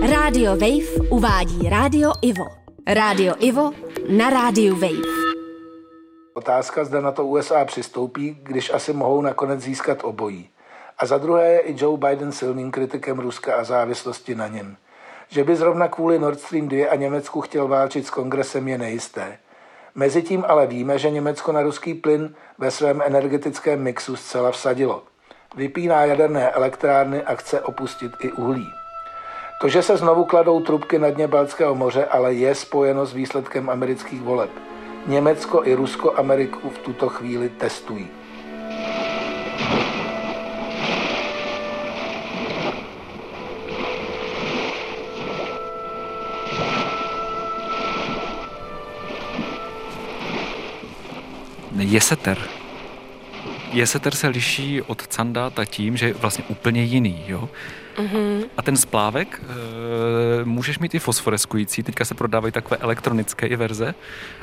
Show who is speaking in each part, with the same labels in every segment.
Speaker 1: Rádio Wave uvádí Rádio Ivo. Rádio Ivo na rádiu Wave.
Speaker 2: Otázka, zda na to USA přistoupí, když asi mohou nakonec získat obojí. A za druhé je i Joe Biden silným kritikem Ruska a závislosti na něm. Že by zrovna kvůli Nord Stream 2 a Německu chtěl válčit s kongresem je nejisté. Mezitím ale víme, že Německo na ruský plyn ve svém energetickém mixu zcela vsadilo. Vypíná jaderné elektrárny a chce opustit i uhlí. To, že se znovu kladou trubky na dně Balckého moře, ale je spojeno s výsledkem amerických voleb. Německo i Rusko Ameriku v tuto chvíli testují.
Speaker 3: Jeseter. Jeseter se liší od candáta tím, že je vlastně úplně jiný, jo? Mm-hmm. A ten splávek, e, můžeš mít i fosforeskující, teďka se prodávají takové elektronické i verze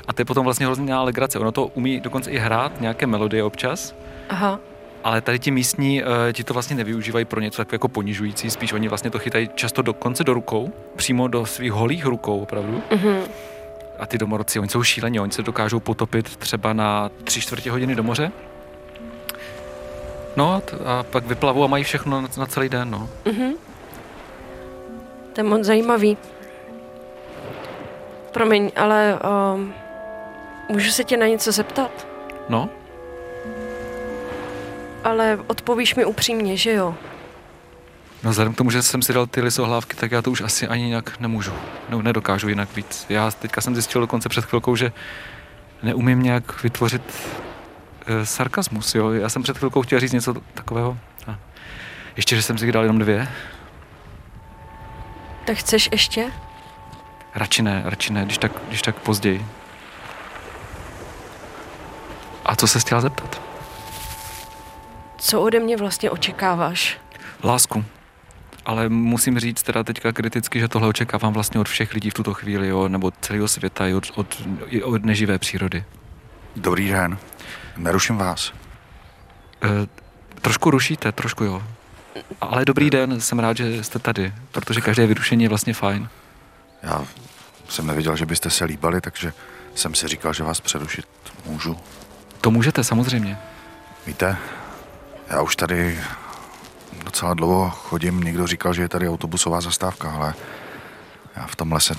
Speaker 3: a to je potom vlastně hrozná legrace. Ono to umí dokonce i hrát, nějaké melodie občas,
Speaker 4: Aha.
Speaker 3: ale tady ti místní, e, ti to vlastně nevyužívají pro něco takové jako ponižující, spíš oni vlastně to chytají často dokonce do rukou, přímo do svých holých rukou opravdu.
Speaker 4: Mhm.
Speaker 3: A ty domorodci, oni jsou šílení, oni se dokážou potopit třeba na tři čtvrtě hodiny do moře. No t- a pak vyplavou a mají všechno na, na celý den, no.
Speaker 4: To je moc zajímavý. Promiň, ale um, můžu se tě na něco zeptat?
Speaker 3: No,
Speaker 4: Ale odpovíš mi upřímně, že jo?
Speaker 3: no vzhledem k tomu, že jsem si dal ty lisohlávky, tak já to už asi ani jinak nemůžu. No, nedokážu jinak víc. Já teďka jsem zjistil dokonce před chvilkou, že neumím nějak vytvořit e, sarkasmus, jo. Já jsem před chvilkou chtěl říct něco takového. A ještě, že jsem si jich dal jenom dvě.
Speaker 4: Tak chceš ještě?
Speaker 3: Radši ne, radši ne, když tak, když tak později. A co se chtěla zeptat?
Speaker 4: Co ode mě vlastně očekáváš?
Speaker 3: Lásku. Ale musím říct teda teďka kriticky, že tohle očekávám vlastně od všech lidí v tuto chvíli, jo, nebo celého světa, i od, od, i od neživé přírody.
Speaker 5: Dobrý den. Neruším vás.
Speaker 3: E, trošku rušíte, trošku jo. Ale dobrý den, jsem rád, že jste tady, protože každé vyrušení je vlastně fajn.
Speaker 5: Já jsem nevěděl, že byste se líbali, takže jsem si říkal, že vás přerušit můžu.
Speaker 3: To můžete samozřejmě.
Speaker 5: Víte, já už tady docela dlouho chodím. Někdo říkal, že je tady autobusová zastávka, ale já v tomhle se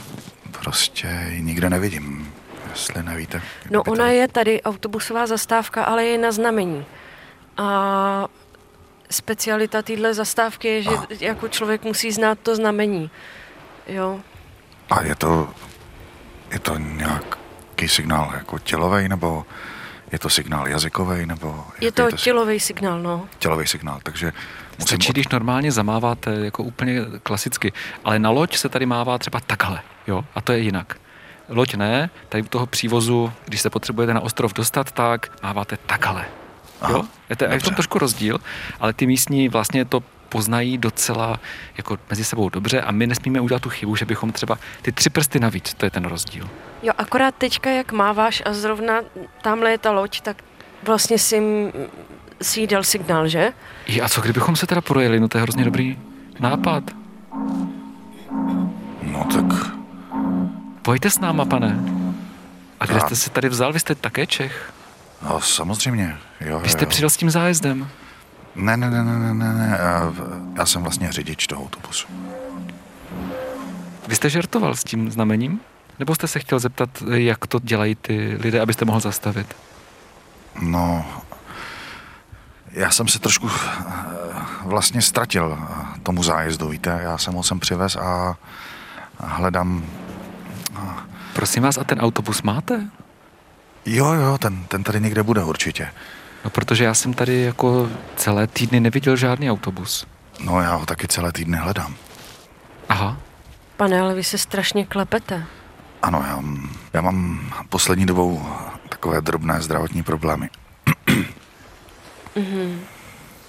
Speaker 5: prostě ji nikde nevidím. Jestli nevíte. kde
Speaker 4: No
Speaker 5: by
Speaker 4: ona
Speaker 5: tady-
Speaker 4: je tady autobusová zastávka, ale je na znamení. A specialita téhle zastávky je, že jako člověk musí znát to znamení. Jo,
Speaker 5: A je to, je to nějaký signál jako tělovej, nebo je to signál jazykový, nebo...
Speaker 4: je
Speaker 5: jaký
Speaker 4: to
Speaker 5: si-
Speaker 4: tělový signál, no.
Speaker 5: tělový signál, takže musím...
Speaker 3: Stačí,
Speaker 5: od-
Speaker 3: když normálně zamáváte, jako úplně klasicky. Ale na loď se tady mává třeba takhle, jo, a to je jinak. Loď ne, tady u toho přívozu, když se potřebujete na ostrov dostat, tak máváte takhle.
Speaker 5: Aha,
Speaker 3: jo? Je to je v tom
Speaker 5: dobře.
Speaker 3: trošku rozdíl, ale ty místní vlastně to poznají docela jako mezi sebou dobře a my nesmíme udělat tu chybu, že bychom třeba ty tři prsty navíc, to je ten rozdíl.
Speaker 4: Jo, akorát teďka, jak máváš a zrovna tamhle je ta loď, tak vlastně si, m- si jí dal signál, že?
Speaker 3: I a co kdybychom se teda projeli, no to je hrozně dobrý nápad.
Speaker 5: No tak
Speaker 3: Pojďte s náma, pane. A kde
Speaker 5: Já-
Speaker 3: jste se tady vzal? Vy jste také Čech.
Speaker 5: No samozřejmě, jo.
Speaker 3: Vy jste
Speaker 5: jo.
Speaker 3: přijel s tím zájezdem.
Speaker 5: Ne, ne, ne, ne, ne, ne, ne. Já, já jsem vlastně řidič toho autobusu.
Speaker 3: Vy jste žertoval s tím znamením? Nebo jste se chtěl zeptat, jak to dělají ty lidé, abyste mohl zastavit?
Speaker 5: No, já jsem se trošku eh, vlastně ztratil eh, tomu zájezdu, víte. Já jsem ho sem přivez a a hledám...
Speaker 3: Prosím vás, a ten autobus máte?
Speaker 5: Jo, jo, ten, ten tady někde bude určitě.
Speaker 3: No, protože já jsem tady jako celé týdny neviděl žádný autobus.
Speaker 5: No, já ho taky celé týdny hledám.
Speaker 3: Aha,
Speaker 4: Pane, ale vy se strašně klepete.
Speaker 5: Ano, já, já mám poslední dobou takové drobné zdravotní problémy.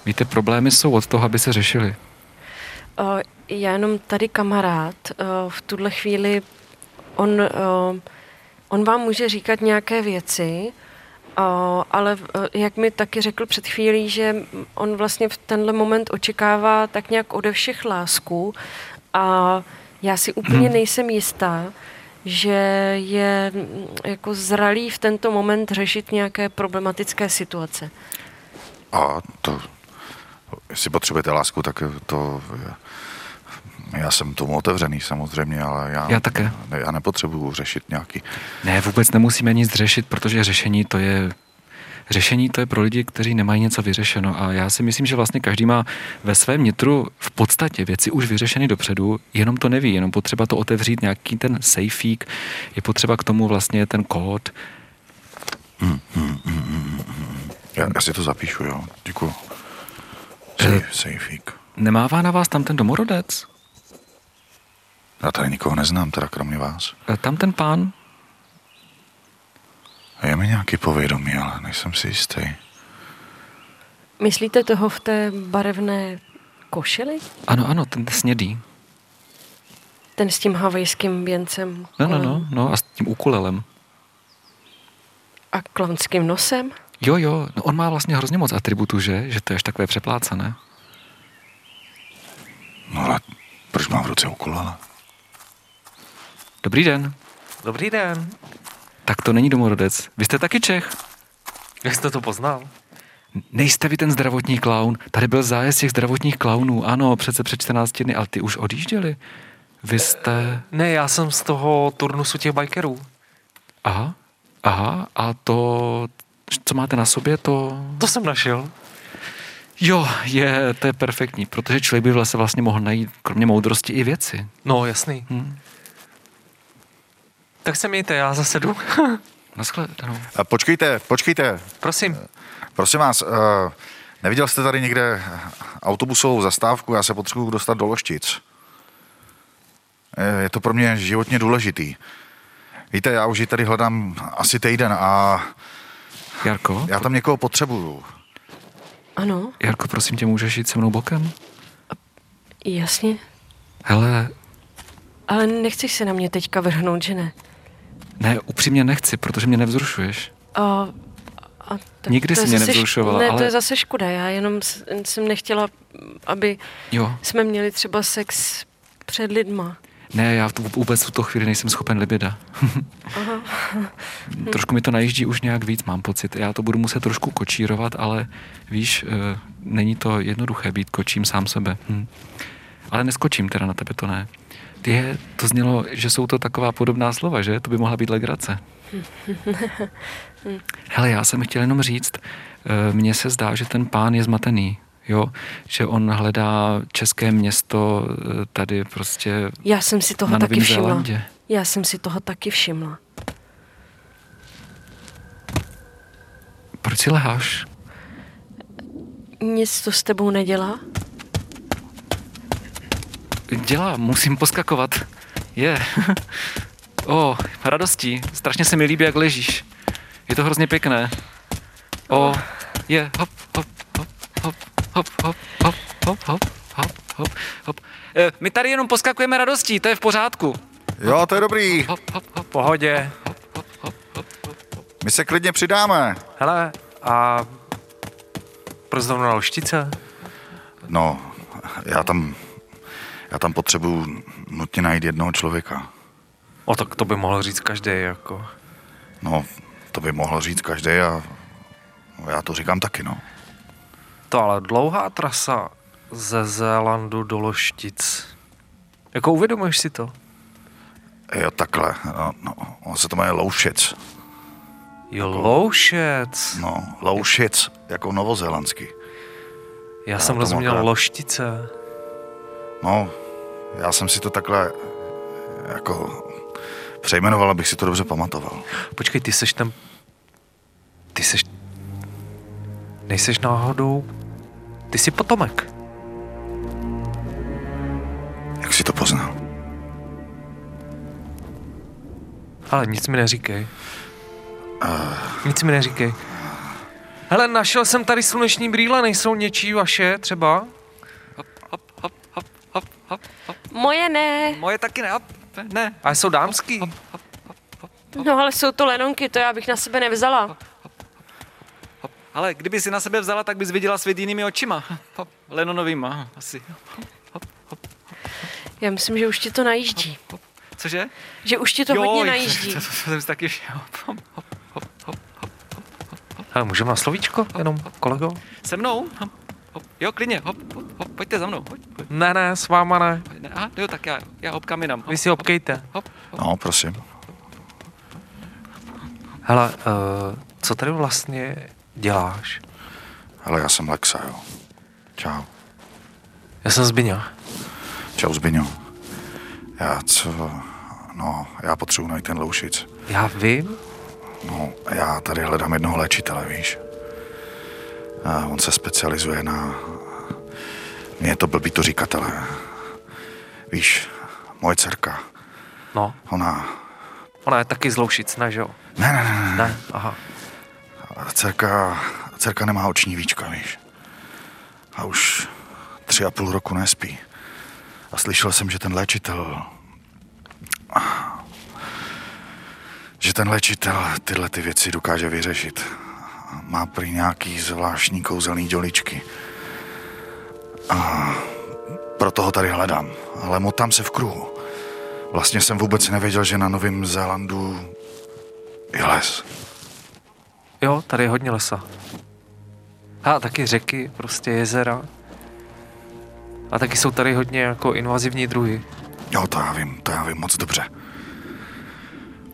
Speaker 3: víte, problémy jsou od toho, aby se řešili.
Speaker 4: O, Eh, já jenom tady kamarád o, v tuhle chvíli, on, o, on vám může říkat nějaké věci, o, ale v- o, jak mi taky řekl před chvílí, že on vlastně v tenhle moment očekává tak nějak ode všech lásku a Já si úplně nejsem jistá, že je mm, jako zralý v tento moment řešit nějaké problematické situace.
Speaker 5: A to, jestli potřebujete lásku, tak to, já jsem tomu otevřený samozřejmě, ale já,
Speaker 3: Já také.
Speaker 5: Ne, já nepotřebuju řešit nějaký,
Speaker 3: Ne, vůbec nemusíme nic řešit, protože řešení to je řešení to je pro lidi, kteří nemají něco vyřešeno a já si myslím, že vlastně každý má ve svém nitru v podstatě věci už vyřešeny dopředu, jenom to neví, jenom potřeba to otevřít nějaký ten sejfík, je potřeba k tomu vlastně ten kód.
Speaker 5: já, já si to zapíšu, jo, děkuju. Sej, sejfík.
Speaker 3: Nemává na vás tam ten domorodec?
Speaker 5: Já tady nikoho neznám, teda kromě vás.
Speaker 3: E, Tam ten pán?
Speaker 5: Je mi nějaký povědomí, ale nejsem si jistý.
Speaker 4: Myslíte toho v té barevné košili?
Speaker 3: Ano, ano, ten snědý.
Speaker 4: Ten s tím havejským věncem
Speaker 3: No, no,
Speaker 4: kolem
Speaker 3: no, no a s tím ukulelem.
Speaker 4: a klaunským nosem?
Speaker 3: Jo, jo, no on má vlastně hrozně moc atributů, že? Že to je až takové přeplácané.
Speaker 5: No ale proč mám v ruce ukulele?
Speaker 3: Dobrý den.
Speaker 6: Dobrý den.
Speaker 3: Tak to není domorodec. Vy jste taky Čech.
Speaker 6: Jak jste to poznal?
Speaker 3: Nejste vy ten zdravotní klaun? Tady byl zájezd těch zdravotních klaunů. Ano, přece před 14 dny, ale ty už odjížděli. Vy jste...
Speaker 6: Ne, já jsem z toho turnusu těch bikerů.
Speaker 3: Aha, aha, a to, co máte na sobě, to...
Speaker 6: To jsem našel.
Speaker 3: Jo, je, to je perfektní, protože člověk by v lese vlastně mohl najít, kromě moudrosti, i věci.
Speaker 6: No, jasný.
Speaker 3: Hm.
Speaker 6: Tak se mějte, já zase jdu.
Speaker 3: Naschledanou.
Speaker 5: A počkejte, počkejte,
Speaker 6: Prosím.
Speaker 5: prosím vás, uh, neviděl jste tady někde autobusovou zastávku, já se potřebuju dostat do Loštic. Eh, Je to pro mě životně důležitý. Víte, já už ji tady hledám asi týden a
Speaker 3: Jarko,
Speaker 5: já tam někoho potřebuju.
Speaker 4: Ano,
Speaker 3: Jarko, prosím tě, můžeš jít se mnou bokem?
Speaker 4: jasně.
Speaker 3: Hele,
Speaker 4: Ale nechceš se na mě teďka vrhnout, že ne?
Speaker 3: ne, upřímně nechci, protože mě nevzrušuješ.
Speaker 4: A, a tak
Speaker 3: Nikdy
Speaker 4: to je
Speaker 3: jsi mě
Speaker 4: zase š-
Speaker 3: nevzrušovala,
Speaker 4: Ne,
Speaker 3: ale-
Speaker 4: to je zase škoda. Já jenom s- jsem nechtěla, aby
Speaker 3: Jo,
Speaker 4: jsme měli třeba sex před lidma.
Speaker 3: Ne, já tu vůbec v tuto chvíli nejsem schopen libida. trošku mi to najíždí už nějak víc, mám pocit. Já to budu muset trošku kočírovat, ale víš, eh, není to jednoduché být kočím sám sebe. Hm. Ale neskočím teda na tebe, to ne. Je, to znělo, že jsou to taková podobná slova, že? To by mohla být legrace. Hele, já jsem chtěl jenom říct, eh, mně se zdá, že ten pán je zmatený, jo? Že on hledá české město eh, tady prostě
Speaker 4: Já jsem si toho
Speaker 3: Na
Speaker 4: taky
Speaker 3: Novém
Speaker 4: všimla.
Speaker 3: Zélandě.
Speaker 4: Já jsem si toho taky všimla.
Speaker 3: Proč si leháš?
Speaker 4: Nic to s tebou nedělá?
Speaker 3: Dělá, musím poskakovat. Je. O, oh, radostí. Strašně se mi líbí, jak ležíš. Je to hrozně pěkné. O, oh, je. Hop, hop, hop, hop, hop, hop, hop, hop, hop, hop, hop, hop. E, my tady jenom poskakujeme radostí, to je v pořádku.
Speaker 5: Jo, to je dobrý,
Speaker 3: Hop, hop, hop.
Speaker 6: Pohodě.
Speaker 5: my se klidně přidáme.
Speaker 6: Hele, a proč zrovna Lštice?
Speaker 5: No, já tam, já tam potřebuju nutně najít jednoho člověka.
Speaker 6: O, tak to by mohl říct každý, jako.
Speaker 5: No, to by mohl říct každý a no, já to říkám taky, no.
Speaker 6: To ale dlouhá trasa ze Zélandu do Loštic. Jako uvědomuješ si to?
Speaker 5: Jo, takhle. No, no, on se to jmenuje Loušic.
Speaker 6: Jo, Loušec.
Speaker 5: No, Loušic, jako novozélandsky.
Speaker 6: Já jsem
Speaker 5: tomu
Speaker 6: rozuměl
Speaker 5: akorát-
Speaker 6: Loštice.
Speaker 5: No, já jsem si to takhle, jako, přejmenoval, abych si to dobře pamatoval.
Speaker 6: Počkej, ty seš ten... Ty seš... Nejseš náhodou... Ty jsi potomek.
Speaker 5: Jak si to poznal?
Speaker 6: Ale nic mi neříkej. Nic mi neříkej. Hele, našel jsem tady sluneční brýle, nejsou něčí vaše třeba?
Speaker 4: Moje ne.
Speaker 6: Moje taky ne.
Speaker 3: Ne.
Speaker 6: A jsou dámský.
Speaker 4: No ale jsou to lenonky, to já bych na sebe nevzala.
Speaker 3: Ale kdyby si na sebe vzala, tak bys viděla svět jinými očima. Hop, Lenonovýma, asi.
Speaker 4: Já myslím, že už ti to najíždí.
Speaker 3: Cože?
Speaker 4: Že už ti to
Speaker 3: jo,
Speaker 4: hodně
Speaker 3: To,
Speaker 4: najíždí.
Speaker 3: to, to jsem si taky všel. Hop, hop, hop, hop.
Speaker 6: Ale můžeme na slovíčko, jenom kolego?
Speaker 3: Se mnou? Hop, hop. Jo, klidně, hop, hop, hop, pojďte za mnou. Pojď, pojď.
Speaker 6: Ne, ne, s váma ne.
Speaker 3: Ne, aha, jo, tak já, já hopkám jinam. Hop,
Speaker 6: Vy si obkejte.
Speaker 3: hop, hop.
Speaker 5: No, prosím.
Speaker 6: Hele, uh, co tady vlastně děláš?
Speaker 5: Ale já jsem Lexa, jo. Čau.
Speaker 6: Já jsem Zbyňa.
Speaker 5: Čau, Zbyňo. Já co... No, já potřebuji najít ten loušic.
Speaker 6: Já vím,
Speaker 5: No, já tady hledám jednoho léčitele, víš. A on se specializuje na... Mně je to blbý to říkat, ale... Víš, moje dcerka,
Speaker 6: no.
Speaker 5: ona...
Speaker 6: Ona je taky z Loušic, ne, že jo?
Speaker 5: Ne, ne, ne, ne,
Speaker 6: Ne, aha.
Speaker 5: Dcerka, dcerka nemá oční víčka, víš. A už tři a půl roku nespí. A slyšel jsem, že ten léčitel... Že ten léčitel tyhle ty věci dokáže vyřešit. Má prý nějaký zvláštní kouzelný děličky. A proto ho tady hledám. Ale motám se v kruhu. Vlastně jsem vůbec nevěděl, že na Novém Zélandu je les.
Speaker 6: Jo, tady je hodně lesa. A taky řeky, prostě jezera. A taky jsou tady hodně jako invazivní druhy.
Speaker 5: Jo, to já vím, to já vím moc dobře.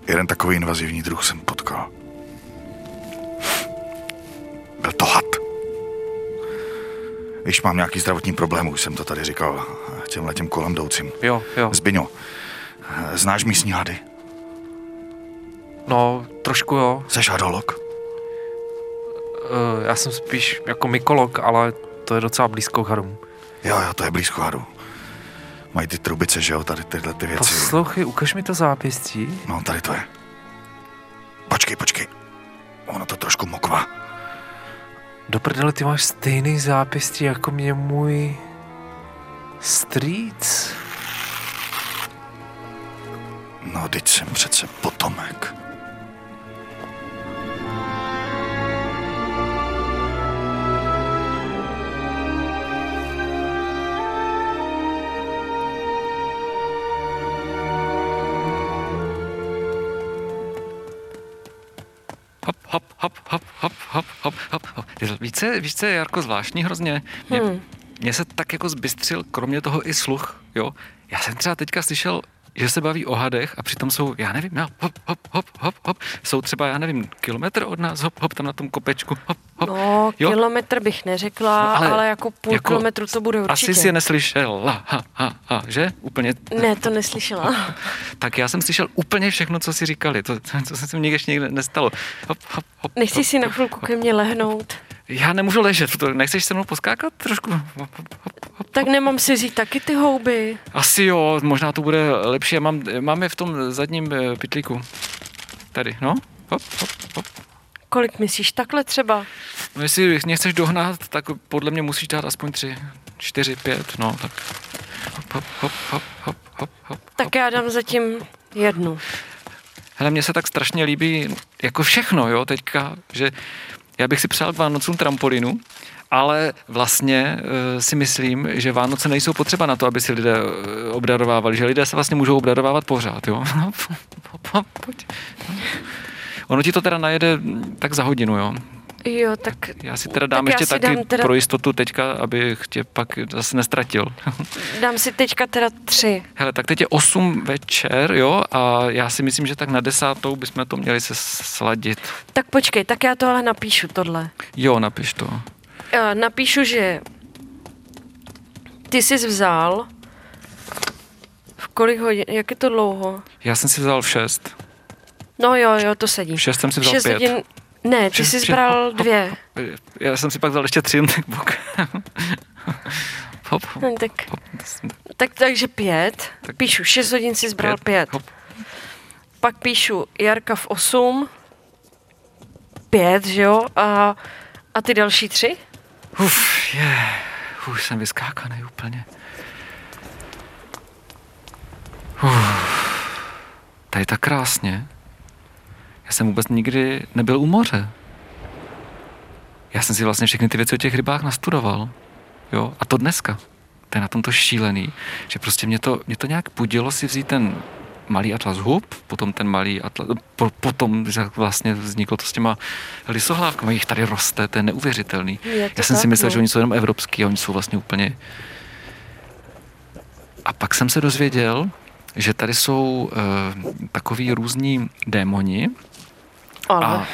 Speaker 5: Jeden takový invazivní druh jsem potkal. Byl to had. Víš, mám nějaký zdravotní problém, už jsem to tady říkal těm letem kolem jdoucím.
Speaker 6: Jo, jo.
Speaker 5: Zbyňo, eh, znáš místní hady?
Speaker 6: No, trošku jo.
Speaker 5: Seš hadolog?
Speaker 6: Eh, Já jsem spíš jako mykolog, ale to je docela blízko k hadům.
Speaker 5: Jo, jo, to je blízko hadu. Mají ty trubice, že jo, tady tyhle ty věci.
Speaker 6: Poslouchej, ukaž mi to zápěstí.
Speaker 5: No, tady to je. Počkej, počkej. Ono to trošku mokva.
Speaker 6: Do prdele, ty máš stejný zápěstí, jako mě můj strýc.
Speaker 5: No, teď jsem přece potomek.
Speaker 3: Hop, hop, hop, hop, hop, hop, hop, hop, hop. Více, více je Jarko zvláštní hrozně. Mě, hmm. mě se tak jako zbystřil, kromě toho i sluch, jo. Já jsem třeba teďka slyšel, že se baví o hadech a přitom jsou, já nevím, no, hop, hop, hop, hop, hop, jsou třeba, já nevím, kilometr od nás, hop, hop, tam na tom kopečku, hop, hop.
Speaker 4: No,
Speaker 3: jo.
Speaker 4: kilometr bych neřekla,
Speaker 3: No, ale
Speaker 4: no, ale, ale jako půl
Speaker 3: jako
Speaker 4: jako kilometru to bude určitě.
Speaker 3: Asi si je neslyšela, ha, ha, ha, že? Úplně
Speaker 4: Ne, to neslyšela.
Speaker 3: Tak já jsem slyšel úplně všechno, co si říkali. To, to, to se mi nikdy ještě nikde nestalo. Hop, hop, hop.
Speaker 4: Nechci si na chvilku ke mně lehnout.
Speaker 3: Já nemůžu ležet. To, nechceš se mnou poskákat trošku? Hop, hop, hop.
Speaker 4: Tak nemám si vzít taky ty houby.
Speaker 3: Asi jo, možná to bude lepší. Já mám, mám je v tom zadním eh, pytlíku. Tady, no. Hop, hop.
Speaker 4: Kolik myslíš? Takhle třeba?
Speaker 3: No jestli mě chceš dohnat, tak podle mě musíš dát aspoň tři, čtyři, pět, no. Tak. Hop, hop, hop, hop, hop, hop, hop.
Speaker 4: Tak já dám zatím jednu.
Speaker 3: Hele, mně se tak strašně líbí jako všechno, jo, teďka, že já bych si přál k Vánocům trampolínu, ale vlastně e, si myslím, že Vánoce nejsou potřeba na to, aby si lidé e, obdarovávali, že lidé se vlastně můžou obdarovávat pořád, jo. No, po- po- Pojď. Ono ti to teda najede mm, tak za hodinu, jo.
Speaker 4: Jo, tak
Speaker 3: Já si teda dám
Speaker 4: Tak já
Speaker 3: ještě
Speaker 4: si
Speaker 3: taky
Speaker 4: dám teda-
Speaker 3: pro jistotu teďka, abych tě pak zase nestratil.
Speaker 4: dám si teďka teda tři.
Speaker 3: Hele, tak teď je 8 večer, jo, a já si myslím, že tak na desátou bychom to měli se sladit.
Speaker 4: Tak počkej, tak já to ale napíšu tohle.
Speaker 3: Jo, napiš to.
Speaker 4: Eh, Napíšu, že ty jsi vzal v kolik hodin, jak je to dlouho?
Speaker 3: Já jsem si vzal v šest.
Speaker 4: No jo, jo, to sedí.
Speaker 3: V šest jsem si vzal
Speaker 4: Šest
Speaker 3: pět.
Speaker 4: hodin, ne, ty
Speaker 3: Šest-
Speaker 4: jsi
Speaker 3: šest-
Speaker 4: zbral dvě.
Speaker 3: Já jsem si pak vzal ještě tři jen tak bok. hop, hop,
Speaker 4: No, tak,
Speaker 3: hop. to jsem-
Speaker 4: tak, takže pět. Píšu, šest hodin si zbral pět.
Speaker 3: Hop.
Speaker 4: Pak píšu Jarka v osm, pět, že jo, a, a ty další tři?
Speaker 3: Uf, je. Už jsem vyskákaný úplně. Uf. Tady tak krásně. Já jsem vůbec nikdy nebyl u moře. Já jsem si vlastně všechny ty věci o těch rybách nastudoval. Jo, a to dneska. to je na tom to šílený, že prostě mě to, mě to nějak pudilo si vzít ten malý atlas hub, potom ten malý atlas, po, potom že vlastně vzniklo to s těma lisohlávkami, jich tady roste, to je neuvěřitelný.
Speaker 4: Je to
Speaker 3: Já jsem si
Speaker 4: tak,
Speaker 3: myslel,
Speaker 4: no.
Speaker 3: že oni jsou jenom evropský a oni jsou vlastně úplně... A pak jsem se dozvěděl, že tady jsou uh, takový různí démoni,
Speaker 4: Ale
Speaker 3: a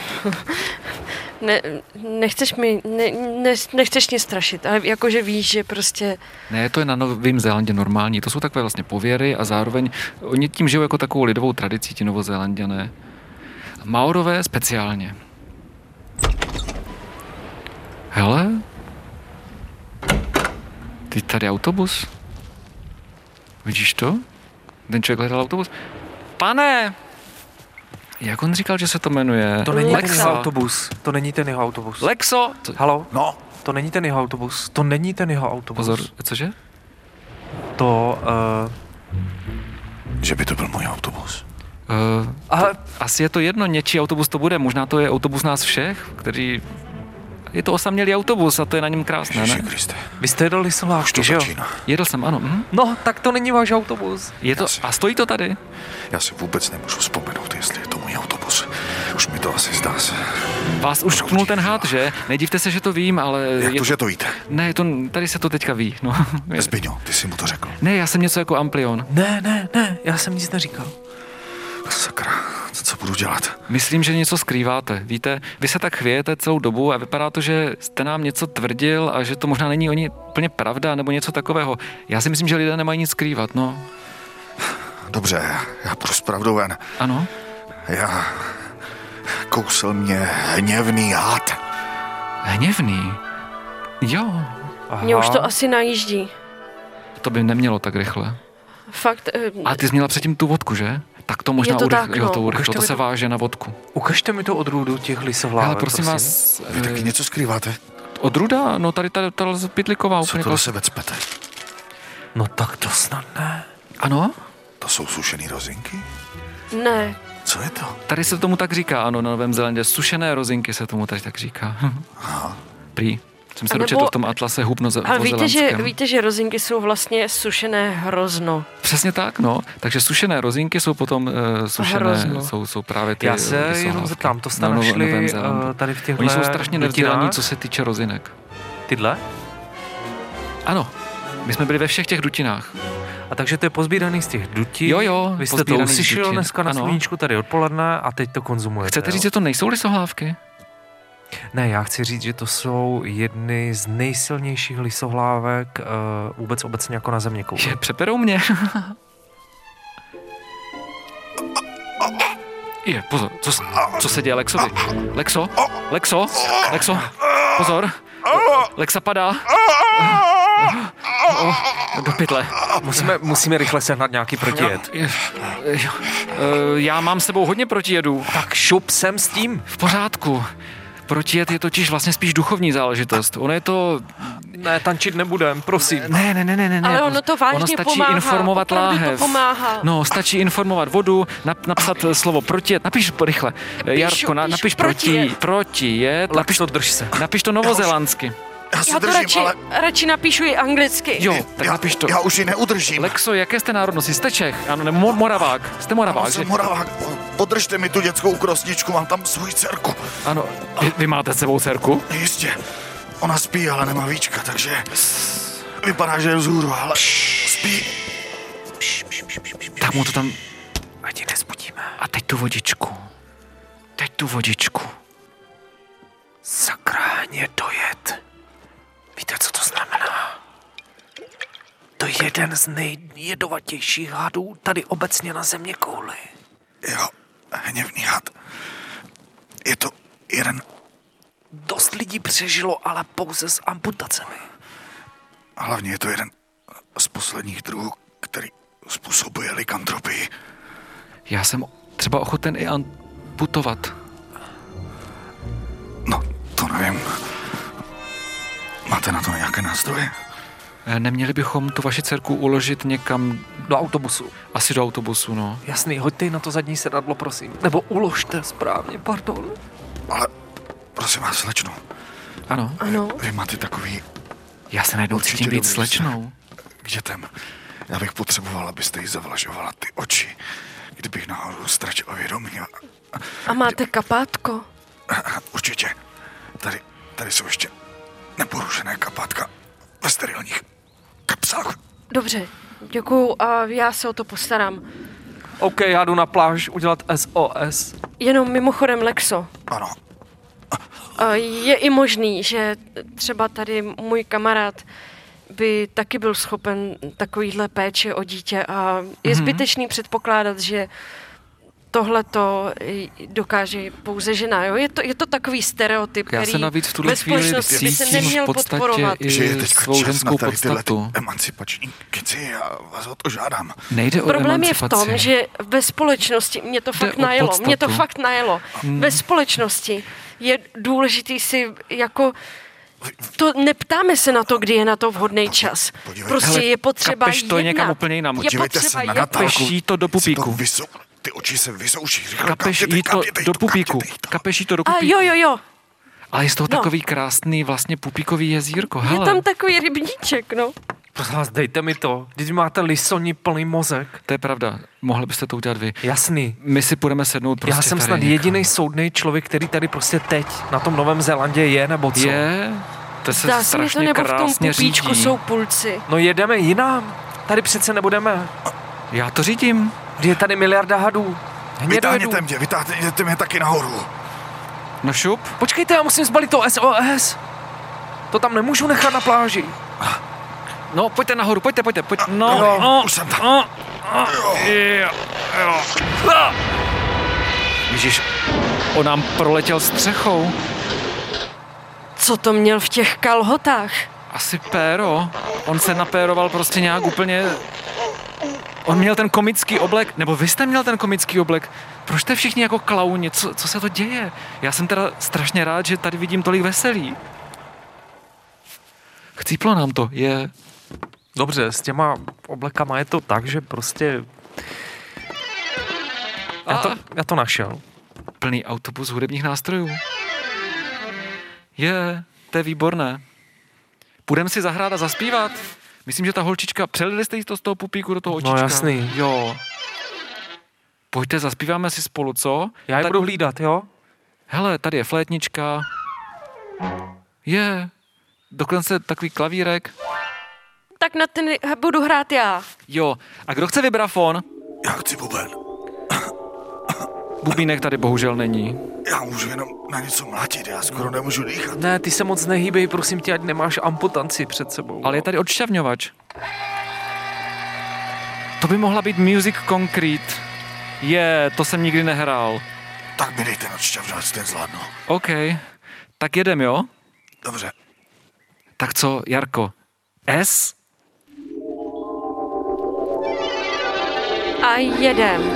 Speaker 4: ne, nechceš mi, ne, ne, nechceš mě strašit, ale jakože víš, že prostě
Speaker 3: Ne, to je na Novém Zélandě normální. To jsou takové vlastně pověry a zároveň oni tím žijou jako takovou lidovou tradicí, ti novozélanděné. A Maorové speciálně. Hele? Teď tady autobus. Vidíš to? Ten člověk hledal autobus. Pane! Jak on říkal, že se to jmenuje?
Speaker 6: To není ten jeho
Speaker 3: Lexa.
Speaker 6: autobus. To není ten jeho autobus.
Speaker 3: Lexo! Co?
Speaker 6: Halo?
Speaker 5: No,
Speaker 6: To není ten jeho autobus. To není ten jeho autobus.
Speaker 3: Pozor, cože?
Speaker 6: To, uh,
Speaker 5: že by to byl můj autobus.
Speaker 3: Uh,
Speaker 6: ale
Speaker 3: Asi je to jedno, něčí autobus to bude, možná to je autobus nás všech, který... Je to osamělý autobus a to je na něm krásné,
Speaker 5: Ježiši
Speaker 3: ne?
Speaker 5: Kriste,
Speaker 6: vy jste jedli
Speaker 5: už to
Speaker 6: solášky, že jo?
Speaker 5: začíná.
Speaker 3: Jedl jsem, ano. mhm.
Speaker 6: No, tak to není váš autobus.
Speaker 3: Je to, a stojí to tady?
Speaker 5: Já si vůbec nemůžu vzpomenout, jestli je to můj autobus. Už mi to asi zdá se.
Speaker 3: Vás už knul ten hád, že? Nedívte se, že to vím, ale...
Speaker 5: Jak
Speaker 3: je,
Speaker 5: to, že to víte?
Speaker 3: Ne, je to, tady se to teďka ví, no. Je-
Speaker 5: Zbyňo, ty jsi mu to řekl.
Speaker 3: Ne, já jsem něco jako Amplion.
Speaker 6: Ne, ne, ne, já jsem nic neříkal.
Speaker 5: Sakra, co, co budu dělat?
Speaker 3: Myslím, že něco skrýváte. Víte, vy se tak chvějete celou dobu a vypadá to, že jste nám něco tvrdil a že to možná není oni plně pravda nebo něco takového. Já si myslím, že lidé nemají nic skrývat, no.
Speaker 5: Dobře, já půjdu s pravdou ven.
Speaker 3: Ano.
Speaker 5: Já... Kousl mě hněvný hád.
Speaker 3: Hněvný. Jo,
Speaker 6: Aha.
Speaker 4: mě už to asi najíždí.
Speaker 3: To by nemělo tak rychle.
Speaker 4: Fakt, eh,
Speaker 3: A ty jsi měla předtím tu vodku, že? Tak to možná
Speaker 4: Je to tak,
Speaker 3: jo,
Speaker 4: no.
Speaker 3: to urychlo,
Speaker 6: Ukažte
Speaker 3: to
Speaker 6: mi
Speaker 3: se
Speaker 6: to.
Speaker 3: váže na vodku.
Speaker 6: Ukažte mi tu odrůdu těch lisohlávek,
Speaker 3: Ale prosím, vás,
Speaker 5: Vy taky
Speaker 3: eh,
Speaker 5: něco skrýváte?
Speaker 3: odruda, no tady ta, ta pitliková
Speaker 5: Co
Speaker 3: úplně.
Speaker 5: to
Speaker 3: klas-
Speaker 5: do sebe cpete?
Speaker 6: No tak to snad ne.
Speaker 3: Ano,
Speaker 5: To jsou sušený rozinky?
Speaker 4: ne,
Speaker 5: Co je to?
Speaker 3: tady se tomu tak říká, ano, na Novém Zélandě. Sušené rozinky se tomu tady tak říká. Prý. Jsem se
Speaker 4: A nebo-
Speaker 3: dočetl v tom atlase hubno
Speaker 4: ale víte že, víte, že rozinky jsou vlastně sušené hrozno.
Speaker 3: Přesně tak, no. Takže sušené rozinky jsou potom uh, sušené,
Speaker 4: Hrozno.
Speaker 3: jsou, jsou právě ty
Speaker 6: Já
Speaker 3: eh,
Speaker 6: se
Speaker 3: kysohlávky.
Speaker 6: jenom zeptám, to jste
Speaker 3: Na Nov- Novém
Speaker 6: našli
Speaker 3: Zélandu.
Speaker 6: eh, tady v těchhle
Speaker 3: Oni jsou strašně nevzdělaní,
Speaker 6: dutinách?
Speaker 3: co se týče rozinek.
Speaker 6: Tyhle?
Speaker 3: Ano, my jsme byli ve všech těch dutinách.
Speaker 6: A takže to je pozbíraný z těch dutí.
Speaker 3: Jo, jo,
Speaker 6: Vy jste to
Speaker 3: pozbíraný z
Speaker 6: usyšil
Speaker 3: dutin.
Speaker 6: dneska na
Speaker 3: Ano.
Speaker 6: sluníčku tady odpoledne a teď to konzumujete.
Speaker 3: Chcete
Speaker 6: jo?
Speaker 3: říct, že to nejsou lisohlávky?
Speaker 6: Ne, já chci říct, že to jsou jedny z nejsilnějších lisohlávek uh, vůbec obecně jako na země kouli.
Speaker 3: Že přeperou mě. Je, pozor, co, se- co se děje Lexovi? Lexo? Lexo? Lexo? Pozor. Lexa padá. O, do pytle.
Speaker 6: Musíme, musíme rychle sehnat nějaký protijet.
Speaker 3: Je, jo. Eh, Já mám s sebou hodně protijedů.
Speaker 6: Tak šup sem s tím.
Speaker 3: V pořádku. Protijet je totiž vlastně spíš duchovní záležitost. Ono je to...
Speaker 6: Ne, tančit nebudem, prosím.
Speaker 3: Ne, ne, ne, ne, ne.
Speaker 4: Ale
Speaker 3: ne,
Speaker 4: ono to vážně
Speaker 3: ono stačí
Speaker 4: pomáhá,
Speaker 3: informovat
Speaker 4: opravdu to
Speaker 3: láhev.
Speaker 4: pomáhá.
Speaker 3: No, stačí informovat vodu, nap, napsat eh, slovo protijet. Napiš p- rychle. Píšu, Jarko, na,
Speaker 4: píšu,
Speaker 3: napiš proti,
Speaker 4: protijet.
Speaker 3: protijet. Napiš,
Speaker 6: Napiš to, drž se.
Speaker 3: napiš to novozélandsky.
Speaker 5: Já se
Speaker 4: Já to
Speaker 5: držím,
Speaker 4: radši,
Speaker 5: ale...
Speaker 4: radši napíšu i anglicky.
Speaker 3: Jo, No, tak
Speaker 5: já,
Speaker 3: napiš to.
Speaker 5: já už ji neudržím.
Speaker 3: Lexo, jaké jste národnosti? Jste Čech? Ano, nebo Mo- Moravák? Jste Moravák,
Speaker 5: Já
Speaker 3: že?
Speaker 5: jsem Moravák, podržte mi tu dětskou krosničku, mám tam svoji dcerku.
Speaker 3: Ano, vy, vy máte s sebou dcerku?
Speaker 5: Jistě, ona spí, ale nemá víčka, takže vypadá, že je vzhůru, ale spí.
Speaker 3: Tak mu to tam...
Speaker 6: Ať ji nezbudíme.
Speaker 3: A teď tu vodičku. Teď tu vodičku.
Speaker 6: Sakráně dojet. Víte, co to znamená? To je jeden z nejjedovatějších hadů tady obecně na země kouli.
Speaker 5: Jo, hněvný had. Je to jeden,
Speaker 6: Dost lidí přežilo, ale pouze s amputacemi.
Speaker 5: a hlavně je to jeden z posledních druhů, který způsobuje likantropii.
Speaker 3: Já jsem třeba ochoten i amputovat.
Speaker 5: No, to nevím. Máte na to nějaké nástroje?
Speaker 3: Eh, Neměli bychom tu vaši dcerku uložit někam
Speaker 6: Do autobusu.
Speaker 3: asi do autobusu, no.
Speaker 6: Jasný, hoďte ji na to zadní sedadlo, prosím. Nebo uložte správně, pardon.
Speaker 5: Ale prosím vás, slečno,
Speaker 3: Ano.
Speaker 4: Ano.
Speaker 5: vy máte takový
Speaker 3: Já se najednou
Speaker 5: Určitě
Speaker 3: cítím být
Speaker 5: dobrý
Speaker 3: slečnou.
Speaker 5: k dětem. Já bych potřeboval, abyste jí zavlažovala ty oči, kdybych náhodou ztratila vědomí. A, a,
Speaker 4: A máte kapátko?
Speaker 5: a- určitě. Tady, tady jsou ještě neporušené kapátka ve sterilních kapsách.
Speaker 4: Dobře, děkuju a já se o to postarám.
Speaker 6: OK, já jdu na pláž udělat SOS.
Speaker 4: Jenom mimochodem, Lexo,
Speaker 5: Ano,
Speaker 4: a je i možný, že třeba tady můj kamarád by taky byl schopen takovýhle péče o dítě a
Speaker 3: Mhm.
Speaker 4: je zbytečný předpokládat, že tohle to dokáže pouze žena. Jo? Je, to, je to takový stereotyp,
Speaker 3: Já
Speaker 4: který
Speaker 3: se navíc v tuhle
Speaker 4: ve
Speaker 3: chvíli
Speaker 4: společnosti by se
Speaker 3: cítím v
Speaker 4: neměl
Speaker 3: podstatě
Speaker 4: podporovat.
Speaker 3: i
Speaker 5: že je teď
Speaker 3: svou
Speaker 5: čas na
Speaker 3: ženskou
Speaker 5: tady tyhle ty
Speaker 3: podstatu.
Speaker 5: emancipační keci a vás o to žádám.
Speaker 3: Nejde o
Speaker 4: Problém je v
Speaker 3: emancipaci.
Speaker 4: tom, že ve společnosti, mě to fakt
Speaker 3: o
Speaker 4: najelo, mě to
Speaker 3: podstatu. Mm.
Speaker 4: fakt najelo, ve společnosti je důležitý si jako to neptáme se na to, kdy je na to vhodný čas.
Speaker 5: Podívejte.
Speaker 4: Prostě
Speaker 3: Hele,
Speaker 4: je potřeba
Speaker 3: kapeš to
Speaker 4: jednat.
Speaker 3: někam úplně jinam.
Speaker 4: Je
Speaker 5: Podívejte
Speaker 4: potřeba
Speaker 5: se na
Speaker 4: jednat.
Speaker 5: Natálku.
Speaker 3: Kapeš jí to do
Speaker 5: Si
Speaker 3: pupíku.
Speaker 5: vysou... Ty oči se vysouší. Říkám,
Speaker 3: Kapeš
Speaker 5: kapněte,
Speaker 3: jí to
Speaker 5: kapněte jí
Speaker 3: do pupíku.
Speaker 5: kapněte jí to.
Speaker 3: Kapeš jí to do
Speaker 4: A
Speaker 3: pupíku.
Speaker 4: jo, jo, jo,
Speaker 3: Ale je z toho
Speaker 4: No.
Speaker 3: takový krásný vlastně pupíkový jezírko.
Speaker 4: je
Speaker 3: Hele,
Speaker 4: tam takový rybníček, no.
Speaker 6: Prosím vás, dejte mi to. Teď máte lisoni plný mozek.
Speaker 3: to je pravda. Mohli byste to udělat vy.
Speaker 6: Jasný.
Speaker 3: My si půjdeme sednout prostě
Speaker 6: já jsem
Speaker 3: tady
Speaker 6: snad
Speaker 3: někam.
Speaker 6: jediný soudný člověk, který tady prostě teď na tom Novém Zélandě je, nebo co?
Speaker 3: Je, to se
Speaker 4: Zdá se mi to,
Speaker 3: strašně
Speaker 4: nebo v tom
Speaker 3: krásně
Speaker 4: pupíčku
Speaker 3: řídí.
Speaker 4: jsou pulci.
Speaker 6: No jedeme jinam. Tady přece nebudeme.
Speaker 3: Já to řídím.
Speaker 6: Je tady miliarda hadů. Hnědojedů.
Speaker 5: Vytáhněte mě, vytáhněte mě taky nahoru.
Speaker 3: No šup.
Speaker 6: Počkejte, já musím zbalit to SOS. To tam nemůžu nechat na pláži.
Speaker 3: No, pojďte nahoru, pojďte, pojďte, pojďte. No,
Speaker 5: Dobrý,
Speaker 3: no,
Speaker 5: už jsem tam.
Speaker 3: no. Jo, jo. Ah! Ježíš, on nám proletěl střechou.
Speaker 4: Co to měl v těch kalhotách?
Speaker 3: Asi péro. On se napéroval prostě nějak úplně... On měl ten komický oblek, nebo vy jste měl ten komický oblek. Proč jste všichni jako klauni? Co, co se to děje? Já jsem teda strašně rád, že tady vidím tolik veselí. Chcíplo nám to, je...
Speaker 6: Dobře, s těma oblekama je to tak, že prostě... Já to, já to našel.
Speaker 3: plný autobus hudebních nástrojů. Je, to je výborné. Půjdeme si zahrát a zaspívat. Myslím, že ta holčička, přelili jste jí to z toho pupíku do toho
Speaker 6: No,
Speaker 3: očička.
Speaker 6: jasný.
Speaker 3: Jo. Pojďte, zaspíváme si spolu, co?
Speaker 6: Já je
Speaker 3: Tak-
Speaker 6: budu hlídat, jo?
Speaker 3: Hele, tady je flétnička. Je. Dokonce takový klavírek.
Speaker 4: Tak na ten budu hrát já.
Speaker 3: Jo. A kdo chce vibrafon?
Speaker 5: Já chci buben.
Speaker 3: Bubínek tady bohužel není.
Speaker 5: Já můžu jenom na něco mlátit, já skoro nemůžu dýchat.
Speaker 6: Ne, ty se moc nehýbej, prosím tě, ať nemáš amputanci před sebou.
Speaker 3: Ale je tady odšťavňovač. To by mohla být Music Concrete. Je, to jsem nikdy nehrál.
Speaker 5: Tak mi dejte na čťavnac, ten zvládnu.
Speaker 3: OK, tak jedem, jo?
Speaker 5: Dobře.
Speaker 3: Tak co, Jarko? S?
Speaker 4: A jedem.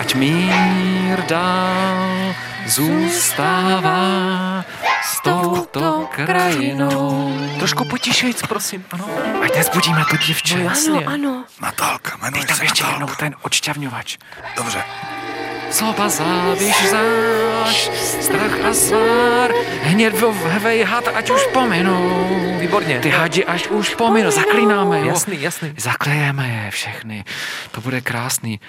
Speaker 3: Ať mír dál zůstává s touto krajinou.
Speaker 6: Trošku potišejc, prosím. Ano,
Speaker 3: Ať nezbudíme tu dívče.
Speaker 6: no,
Speaker 4: Ano,
Speaker 6: jasně.
Speaker 4: ano.
Speaker 5: Natálka, jmenuji
Speaker 3: Dej tam
Speaker 5: se
Speaker 3: ještě jednou
Speaker 5: Natálka.
Speaker 3: ten odšťavňovač.
Speaker 5: Dobře.
Speaker 3: Zloba záviš záš, strach a svár, hněd hevej had, ať už pominou.
Speaker 6: Výborně.
Speaker 3: Ty hadi, až už pominu, zaklínáme. Jo.
Speaker 6: Jasný, jasný.
Speaker 3: Zaklejeme je všechny. To bude krásný.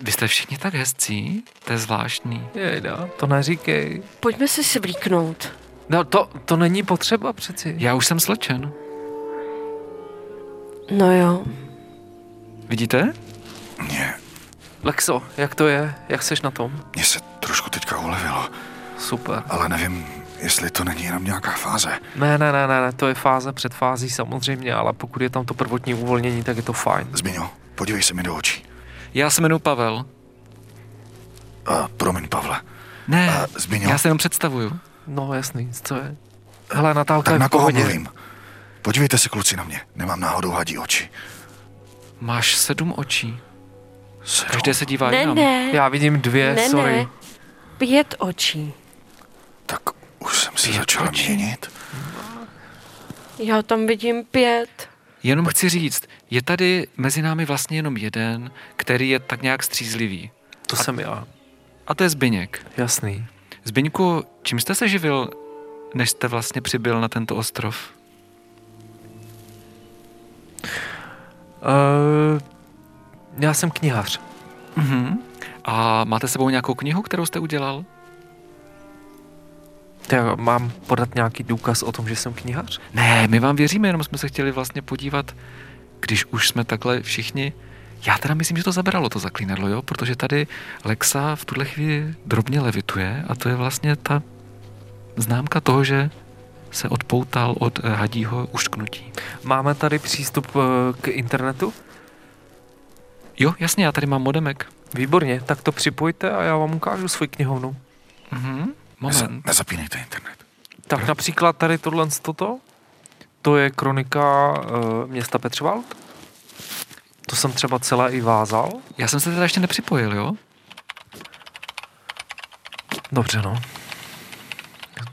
Speaker 3: Vy jste všichni tak hezcí? To je zvláštní.
Speaker 6: Jejda, to neříkej.
Speaker 4: Pojďme se svlíknout.
Speaker 6: No to, to není potřeba přeci.
Speaker 3: Já už jsem slečen.
Speaker 4: No jo.
Speaker 3: Vidíte?
Speaker 5: Mně,
Speaker 6: Lexo, jak to je? Jak seš na tom?
Speaker 5: mně se trošku teďka ulevilo,
Speaker 6: Super.
Speaker 5: ale nevím, jestli to není jenom nějaká fáze.
Speaker 6: Ne, ne, ne, ne, ne, to je fáze před fází samozřejmě, ale pokud je tam to prvotní uvolnění, tak je to fajn.
Speaker 5: Zbyňo, podívej se mi do očí.
Speaker 3: Já se jmenuji Pavel.
Speaker 5: A, promiň, Pavle.
Speaker 3: Ne,
Speaker 5: A, Zbyňo?
Speaker 3: já se jenom představuju.
Speaker 6: No jasný, co je? Hele, Natálka
Speaker 5: Tak
Speaker 6: je
Speaker 5: na
Speaker 6: v
Speaker 5: koho
Speaker 6: pohodě.
Speaker 5: mluvím? Podívejte se, kluci, na mě. Nemám náhodou hadí oči.
Speaker 3: Máš sedm očí.
Speaker 5: Sedm.
Speaker 3: Každé se dívá
Speaker 4: Ne,
Speaker 3: jinam.
Speaker 4: ne,
Speaker 6: Já vidím dvě,
Speaker 4: ne,
Speaker 6: sorry.
Speaker 4: ne. Pět očí.
Speaker 5: Tak už jsem se začal měnit.
Speaker 4: Já tam vidím pět.
Speaker 3: Jenom chci říct, je tady mezi námi vlastně jenom jeden, který je tak nějak střízlivý.
Speaker 6: To jsem já.
Speaker 3: A to je Zbyněk.
Speaker 6: Jasný.
Speaker 3: Zbyňku, čím jste se živil, než jste vlastně přibyl na tento ostrov?
Speaker 6: Uh, já jsem knihař.
Speaker 3: Mhm. A máte s sebou nějakou knihu, kterou jste udělal?
Speaker 6: Já mám podat nějaký důkaz o tom, že jsem knihař?
Speaker 3: Ne, my vám věříme, jenom jsme se chtěli vlastně podívat, když už jsme takhle všichni. Já teda myslím, že to zabralo to zaklínadlo, jo? Protože tady Lexa v tuhle chvíli drobně levituje a to je vlastně ta známka toho, že se odpoutal od eh, hadího uštknutí.
Speaker 6: Máme tady přístup eh, k internetu?
Speaker 3: Jo, jasně, já tady mám modemek.
Speaker 6: Výborně, tak to připojte a já vám ukážu svoji knihovnu.
Speaker 3: Mhm.
Speaker 5: Neza,
Speaker 3: Moment.
Speaker 5: nezapínejte internet.
Speaker 6: Tak například tady tohle toto, to je kronika uh, města Petřvald. To jsem třeba celé i vázal.
Speaker 3: Já jsem se teda ještě nepřipojil, jo?
Speaker 6: Dobře, no.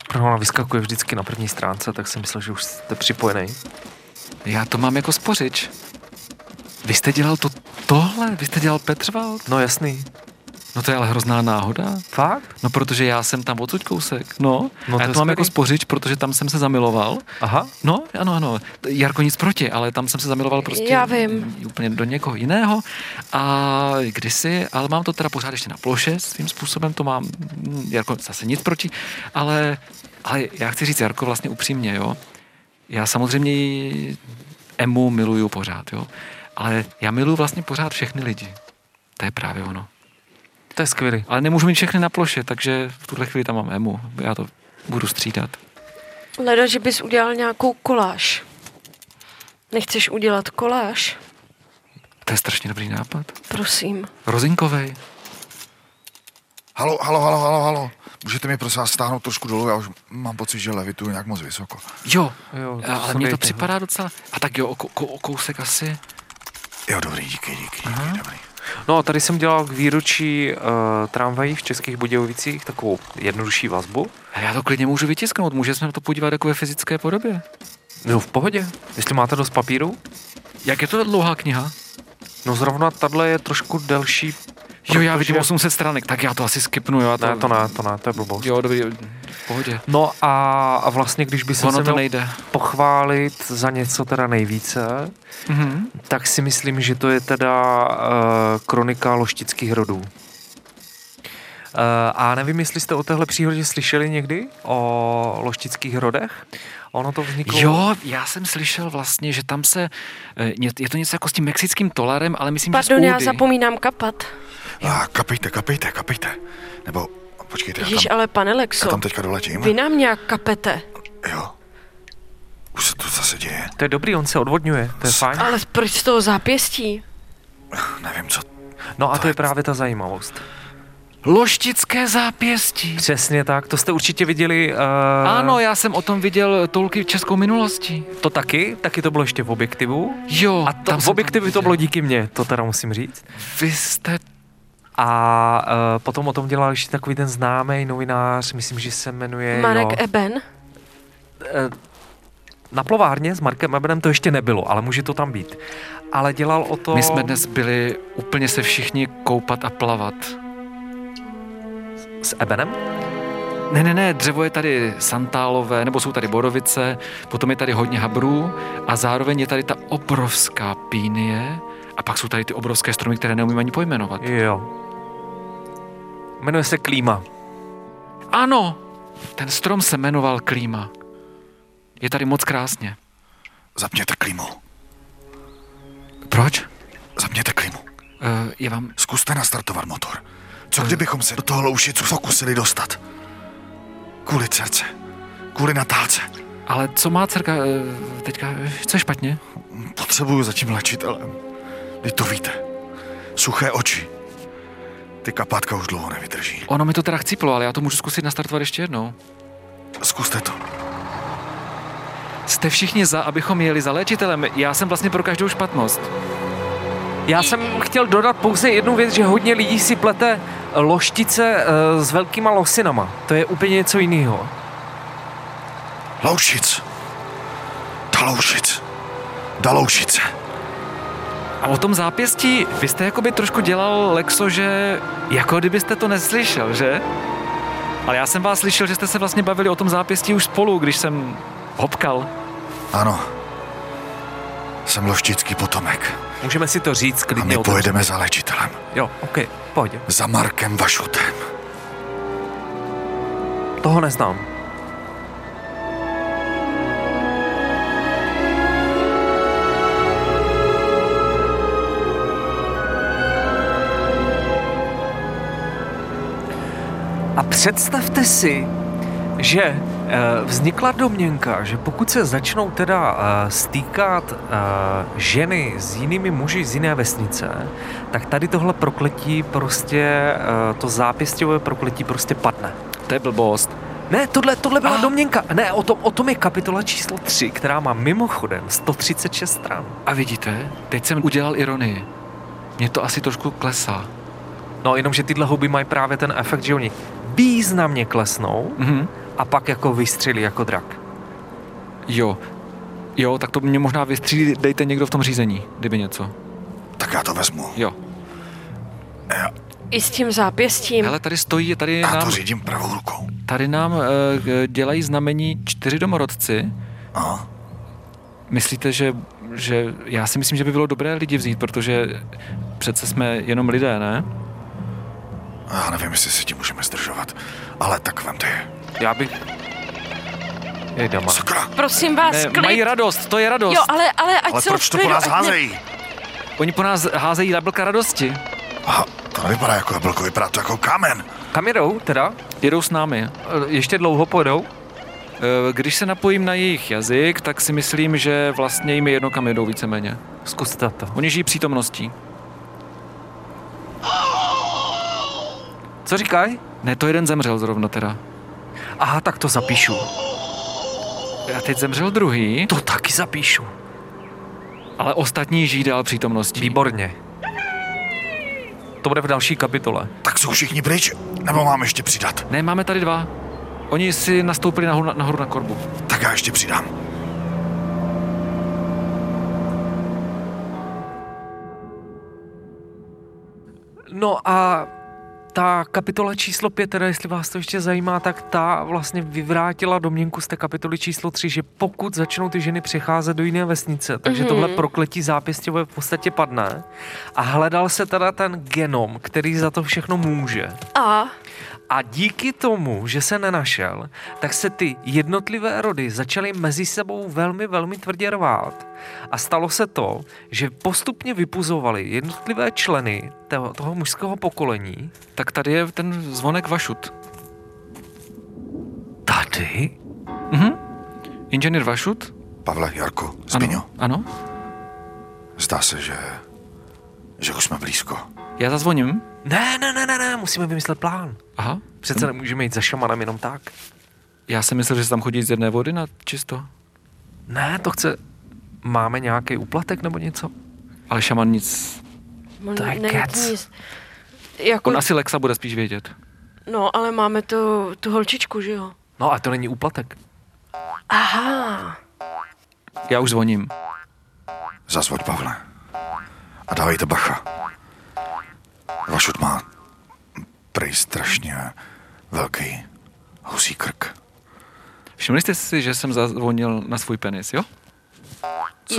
Speaker 6: Protože ona vyskakuje vždycky na první stránce, tak jsem myslel, že už jste připojený.
Speaker 3: Já to mám jako spořič. Vy jste dělal to tohle? Vy jste dělal Petrvald?
Speaker 6: No jasný.
Speaker 3: No to je ale hrozná náhoda.
Speaker 6: Fakt?
Speaker 3: No, protože já jsem tam odsud kousek. No,
Speaker 6: No
Speaker 3: no
Speaker 6: to
Speaker 3: a já
Speaker 6: je
Speaker 3: to mám
Speaker 6: skvělý.
Speaker 3: jako spořič, protože tam jsem se zamiloval.
Speaker 6: Aha.
Speaker 3: No, ano, ano. T- Jarko nic proti, ale tam jsem se zamiloval prostě
Speaker 4: Já vím.
Speaker 3: j- úplně do někoho jiného. A kdysi, ale mám to teda pořád ještě na ploše, svým způsobem to mám, mm, Jarko zase nic proti, ale, ale já chci říct Jarko vlastně upřímně, jo. Já samozřejmě ji- Emu miluju pořád, jo. Ale já miluju vlastně pořád všechny lidi. To je právě ono.
Speaker 6: To je skvělý.
Speaker 3: Ale nemůžu mít všechny na ploše, takže v tuhle chvíli tam mám emu. Já to budu střídat.
Speaker 4: Leda, že bys udělal nějakou koláž. Nechceš udělat koláž?
Speaker 3: To je strašně dobrý nápad.
Speaker 4: Prosím.
Speaker 3: Rozinkovej.
Speaker 5: Halo, halo, halo, halo, halo. Můžete mi prosím vás stáhnout trošku dolů, já už mám pocit, že levituju nějak moc vysoko.
Speaker 3: Jo,
Speaker 6: Jo,
Speaker 3: jo
Speaker 6: to
Speaker 3: ale
Speaker 6: se
Speaker 3: mně
Speaker 6: dejte,
Speaker 3: to
Speaker 6: no.
Speaker 3: připadá docela... A tak jo, o, kou- o kousek asi.
Speaker 5: Jo, dobrý, díky, díky, díky, dobrý.
Speaker 6: No a tady jsem dělal k výročí uh, tramvají v Českých Budějovicích takovou jednodušší vazbu.
Speaker 3: Ale já to klidně můžu vytisknout, můžeme se na to podívat jako ve fyzické podobě.
Speaker 6: No v pohodě. Jestli máte dost papíru?
Speaker 3: Jak je to dlouhá kniha?
Speaker 6: No zrovna tahle je trošku delší.
Speaker 3: Jo, já
Speaker 6: protože-
Speaker 3: vidím 800 stranek, tak já to asi skipnu, jo. já
Speaker 6: Ne, to ne, to ne, to je blbost.
Speaker 3: Jo, dobrý, v pohodě.
Speaker 6: No a, a vlastně, když by se
Speaker 3: Ono to
Speaker 6: měl
Speaker 3: nejde.
Speaker 6: pochválit za něco teda nejvíce,
Speaker 3: Mhm.
Speaker 6: tak si myslím, že to je teda uh, kronika loštických rodů. Uh, a nevím, jestli jste o téhle příhodě slyšeli někdy, o loštických rodech. Ono to vzniklo...
Speaker 3: Jo, já jsem slyšel vlastně, že tam se, eh, ně- je to něco jako s tím mexickým tolarem, ale myslím, že
Speaker 4: Pardon,
Speaker 3: z
Speaker 4: já
Speaker 3: Údy.
Speaker 4: zapomínám kapat.
Speaker 5: A kapejte, kapejte, kapejte. Nebo počkejte, já
Speaker 4: Ježíš,
Speaker 5: tam,
Speaker 4: ale pane
Speaker 5: já
Speaker 4: Lexo,
Speaker 5: tam teďka doletím.
Speaker 4: vy nám nějak kapete,
Speaker 5: Jo. Už se to zase děje.
Speaker 6: To je dobrý, on se odvodňuje, to je fajn.
Speaker 4: ale proč z toho zápěstí?
Speaker 5: Nevím, co...
Speaker 6: No a to je právě ta zajímavost.
Speaker 3: Loštické zápěstí.
Speaker 6: Přesně tak, to jste určitě viděli... Uh,
Speaker 3: Ano, já jsem o tom viděl toulky českou minulostí.
Speaker 6: To taky, taky to bylo ještě v objektivu.
Speaker 3: Jo,
Speaker 6: A to,
Speaker 3: tam
Speaker 6: v
Speaker 3: jsem
Speaker 6: objektivu to
Speaker 3: viděl.
Speaker 6: bylo díky mně, to teda musím říct.
Speaker 3: Vy jste...
Speaker 6: A uh, potom o tom dělal ještě takový ten známý novinář, myslím, že se jmenuje...
Speaker 4: Marek
Speaker 5: no.
Speaker 4: E-
Speaker 6: jo,
Speaker 4: Eben?
Speaker 6: eh, na plovárně s Markem Ebenem to ještě nebylo, ale může to tam být. Ale dělal o to...
Speaker 3: My jsme dnes byli úplně se všichni koupat a plavat.
Speaker 6: S Ebenem?
Speaker 3: Ne, ne, ne, dřevo je tady santálové, nebo jsou tady borovice, potom je tady hodně habrů a zároveň je tady ta obrovská pínie a pak jsou tady ty obrovské stromy, které neumím ani pojmenovat.
Speaker 6: Jo. Jmenuje se Klíma.
Speaker 3: Ano, ten strom se jmenoval Klíma. Je tady moc krásně.
Speaker 5: Zapněte klimu.
Speaker 3: Proč?
Speaker 5: Zapněte klimu.
Speaker 3: Uh, je vám...
Speaker 5: Zkuste nastartovat motor. Co kdybychom se do toho loušicu pokusili dostat? Kvůli cerce. Kvůli natálce.
Speaker 3: Ale co má dcerka uh, teďka? eh, Co je špatně?
Speaker 5: Potřebuju za tím léčitelem. Vy to víte. Suché oči. Ty kapátka už dlouho nevydrží.
Speaker 3: Ono mi to teda chcíplo, ale já to můžu zkusit nastartovat ještě jednou.
Speaker 5: Zkuste to.
Speaker 3: Jste všichni za, abychom jeli za léčitelem. Já jsem vlastně pro každou špatnost.
Speaker 6: Já jsem chtěl dodat pouze jednu věc, že hodně lidí si plete loštice eh, s velkýma losinama. To je úplně něco jiného.
Speaker 5: Loušic. Ta loušic. Da loušice.
Speaker 3: A o tom zápěstí, vy jste jakoby trošku dělal Lexo, že jako kdybyste to neslyšel, že? Ale já jsem vás slyšel, že jste se vlastně bavili o tom zápěstí už spolu, když jsem hopkal.
Speaker 5: Ano. Jsem loštický potomek.
Speaker 6: Můžeme si to říct
Speaker 5: A
Speaker 6: klidně.
Speaker 5: my
Speaker 6: otevřeně.
Speaker 5: pojedeme za léčitelem.
Speaker 6: Jo, ok, pojď.
Speaker 5: Za Markem Vašutem.
Speaker 6: Toho neznám. A představte si, že eh, vznikla domněnka, že pokud se začnou teda eh, stýkat eh, ženy s jinými muži z jiné vesnice, tak tady tohle prokletí prostě, eh, to zápěstěvové prokletí prostě padne.
Speaker 3: To je blbost.
Speaker 6: Ne, tohle, tohle byla
Speaker 3: Ah.
Speaker 6: domněnka. Ne, o tom, o tom je kapitola číslo 3, která má mimochodem 136 stran.
Speaker 3: A vidíte, teď jsem udělal ironii. Mně to asi trošku klesá.
Speaker 6: No, jenomže tyhle huby mají právě ten efekt, že oni významně klesnou
Speaker 3: Mhm.
Speaker 6: a pak jako vystřelí jako drak.
Speaker 3: Jo. Jo, tak to mě možná vystřílí, dejte někdo v tom řízení, kdyby něco.
Speaker 5: Tak já to vezmu.
Speaker 3: Jo.
Speaker 4: I s tím zápěstím.
Speaker 3: Hele, tady stojí, tady
Speaker 5: Já
Speaker 3: nám,
Speaker 5: to řídím pravou rukou.
Speaker 3: tady nám eh, k- dělají znamení čtyři domorodci.
Speaker 5: Aha.
Speaker 3: Myslíte, že, že já si myslím, že by bylo dobré lidi vzít, protože přece jsme jenom lidé, ne?
Speaker 5: Já nevím, jestli se tím můžeme zdržovat. Ale tak vemte je.
Speaker 6: Já bych... Jej, doma.
Speaker 5: Sakra!
Speaker 4: Prosím
Speaker 3: ne
Speaker 4: vás, klid.
Speaker 3: mají radost, to je radost.
Speaker 4: Jo, ale, ale ať
Speaker 5: Ale
Speaker 4: jsou
Speaker 5: proč
Speaker 4: v
Speaker 5: to po
Speaker 4: klidu,
Speaker 5: nás
Speaker 4: ať ne-
Speaker 5: házejí?
Speaker 3: Oni po nás házejí jablka radosti.
Speaker 5: Aha, to nevypadá jako jablko, vypadá to jako kámen.
Speaker 6: Kam jedou teda?
Speaker 3: Jedou s námi.
Speaker 6: E, Ještě dlouho pojedou?
Speaker 3: Eh, Když se napojím na jejich jazyk, tak si myslím, že vlastně jim je jedno, kam jedou víceméně.
Speaker 6: Zkuste to.
Speaker 3: Oni žijí přítomností.
Speaker 6: Co říkají?
Speaker 3: Ne, to jeden zemřel zrovna teda.
Speaker 6: Aha, tak to zapíšu.
Speaker 3: A teď zemřel druhý,
Speaker 6: To taky zapíšu.
Speaker 3: ale ostatní žijí dál přítomností.
Speaker 6: Výborně. To bude v další kapitole.
Speaker 5: Tak jsou všichni pryč? Nebo mám ještě přidat?
Speaker 3: Ne, máme tady dva. Oni si nastoupili nahoru na, nahoru na korbu.
Speaker 5: Tak já ještě přidám.
Speaker 6: No a ta kapitola číslo 5, teda jestli vás to ještě zajímá, tak ta vlastně vyvrátila domněnku z té kapitoly číslo 3, že pokud začnou ty ženy přecházet do jiné vesnice, takže mm-hmm. tohle prokletí zápěstěvové v podstatě padne. A hledal se teda ten genom, který za to všechno může.
Speaker 4: A
Speaker 6: A díky tomu, že se nenašel, tak se ty jednotlivé rody začaly mezi sebou velmi, velmi tvrdě rvát. A stalo se to, že postupně vypuzovali jednotlivé členy toho, toho mužského pokolení.
Speaker 3: Tak tady je ten zvonek Vašut.
Speaker 6: Tady?
Speaker 3: Inženýr Vašut?
Speaker 5: Pavle, Jarku, Zbyňo,
Speaker 3: Ano. Ano.
Speaker 5: zdá se, že... že už jsme blízko.
Speaker 3: Já zazvoním.
Speaker 6: Ne, ne, ne, ne, ne, musíme vymyslet plán.
Speaker 3: Aha.
Speaker 6: Přece nemůžeme jít za šamanem jenom tak.
Speaker 3: Já jsem myslel, že se tam chodí z jedné vody na čisto.
Speaker 6: Ne, to chce... Máme nějaký úplatek nebo něco?
Speaker 3: Ale šaman nic.
Speaker 4: on
Speaker 6: To je
Speaker 4: není
Speaker 6: kec.
Speaker 4: nic. Jako,
Speaker 3: On asi Lexa bude spíš vědět.
Speaker 4: No, ale máme tu, tu holčičku, že jo?
Speaker 6: No a to není úplatek.
Speaker 4: Aha.
Speaker 3: Já už zvoním.
Speaker 5: Zazvoď, Pavle. A dávejte bacha. Vašut má prej strašně velký husí krk.
Speaker 3: Všimli jste si, že jsem zazvonil na svůj penis, jo?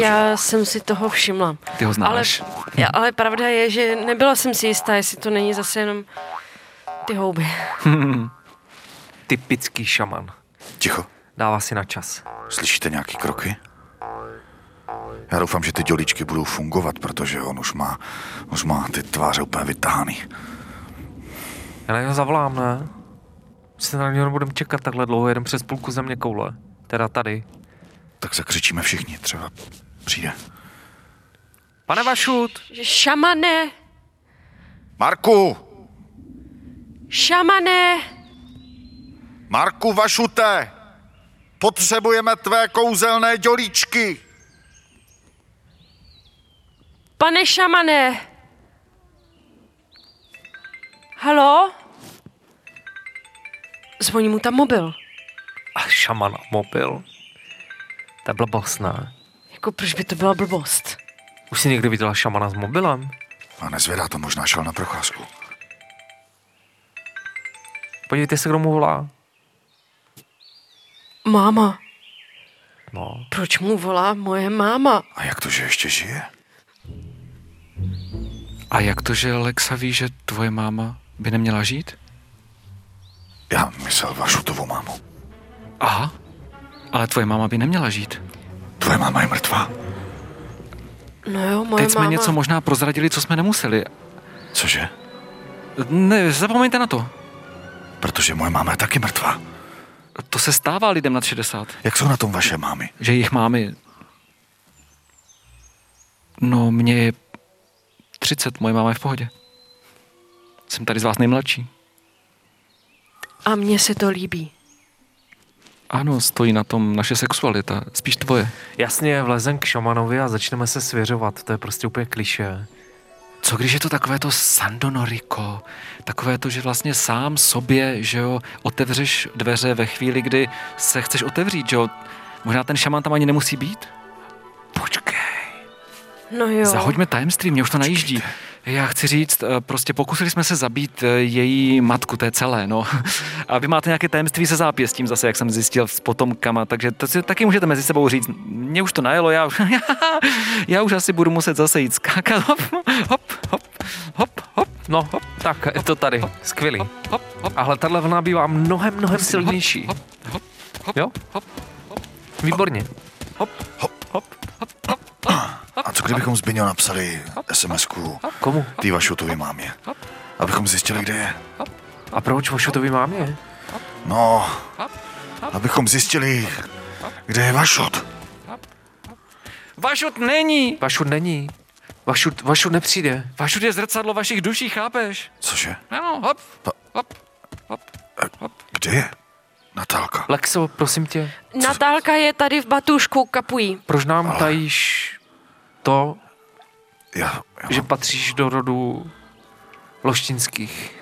Speaker 4: Já jsem si toho všimla.
Speaker 3: Ty ho
Speaker 4: Ale,
Speaker 3: znáš.
Speaker 4: ja, ale pravda je, že nebyla jsem si jistá, jestli to není zase jenom ty houby.
Speaker 6: Typický šaman.
Speaker 5: Ticho,
Speaker 6: Dává si na čas.
Speaker 5: slyšíte nějaký kroky? Já doufám, že ty děličky budou fungovat, protože on už má, už má ty tváře úplně vytáhaný.
Speaker 6: Já na něho zavolám, ne? Se na něho budeme čekat takhle dlouho, jeden přes půlku země koule. Teda tady.
Speaker 5: Tak zakřičíme všichni, třeba přijde.
Speaker 6: Pane Vašut!
Speaker 4: Že Šamane!
Speaker 5: Marku!
Speaker 4: Šamane!
Speaker 5: Marku Vašute! Potřebujeme tvé kouzelné dělíčky!
Speaker 4: Pane šamane! Halo? Zvoní mu tam mobil.
Speaker 6: A šaman a mobil. To je blbost, ne?
Speaker 4: Jako proč by to byla blbost?
Speaker 6: Už jsi někdy viděla šamana s
Speaker 5: No,
Speaker 6: mobilem?
Speaker 5: A nezvedá to, možná šel na procházku.
Speaker 6: Podívejte se, kdo mu volá.
Speaker 4: Máma.
Speaker 6: No.
Speaker 4: Proč mu volá moje máma?
Speaker 5: A jak to, že ještě žije?
Speaker 3: A jak to, že Lexa ví, že tvoje máma by neměla žít?
Speaker 5: Já myslel vašu tvou mámu.
Speaker 3: Aha, ale tvoje máma by neměla žít.
Speaker 5: Tvoje máma je mrtvá.
Speaker 4: No jo, moje
Speaker 3: Teď jsme
Speaker 4: máma.
Speaker 3: něco možná prozradili, co jsme nemuseli.
Speaker 5: Cože?
Speaker 3: Ne, zapomeňte na to.
Speaker 5: Protože moje máma je taky mrtvá.
Speaker 3: To se stává lidem nad 60,
Speaker 5: Jak jsou na tom vaše mámy?
Speaker 3: že jejich mámy... No, mě je 30, moje máma je v pohodě. Jsem tady z vás nejmladší.
Speaker 4: A mně se to líbí.
Speaker 3: Ano, stojí na tom naše sexualita, spíš tvoje.
Speaker 6: Jasně, vlezem k šamanovi a začneme se svěřovat. To je prostě úplně kliše.
Speaker 3: Co když je to takové to sandonoriko, takové to, že vlastně sám sobě, že jo, otevřeš dveře ve chvíli, kdy se chceš otevřít, že jo, možná ten šaman tam ani nemusí být? Počkej,
Speaker 4: No jo.
Speaker 3: zahoďme tajemství, mě už to najíždí. Já chci říct, eh, prostě pokusili jsme se zabít eh, její matku, to je celé, no. A vy máte nějaké tajemství se zápěstím zase, jak jsem zjistil s potomkama, takže to si taky můžete mezi sebou říct. Mně už to najelo, já, už- já už asi budu muset zase jít skákat. Hop, hop, hop, hop, hop.
Speaker 6: No, hop, tak, je to tady. Skvělý.
Speaker 3: Hop, hop,
Speaker 6: Ale tahle vlna bývá mnohem, mnohem silnější.
Speaker 3: hop, hop, hop,
Speaker 6: Jo?
Speaker 3: hop,
Speaker 6: Výborně.
Speaker 5: A co kdybychom z Biňo napsali SMS-ku
Speaker 6: Komu?
Speaker 5: té vašutově mámě? Abychom zjistili, kde je.
Speaker 6: A proč Vošutovi mámě?
Speaker 5: No, abychom zjistili, kde je Vašut.
Speaker 3: Vašut není!
Speaker 6: Vašut není. Vašut, Vašut nepřijde.
Speaker 3: Vašut je zrcadlo vašich duší, chápeš?
Speaker 5: Cože?
Speaker 3: Ano, hop,
Speaker 5: Pa-
Speaker 3: hop, hop.
Speaker 5: Kde je? Natálka.
Speaker 6: Lexo, prosím tě,
Speaker 4: Natálka je tady v batušku, kapují.
Speaker 6: proč nám Ale... tajíš to,
Speaker 5: Já, já
Speaker 6: že patříš do rodu loštinských?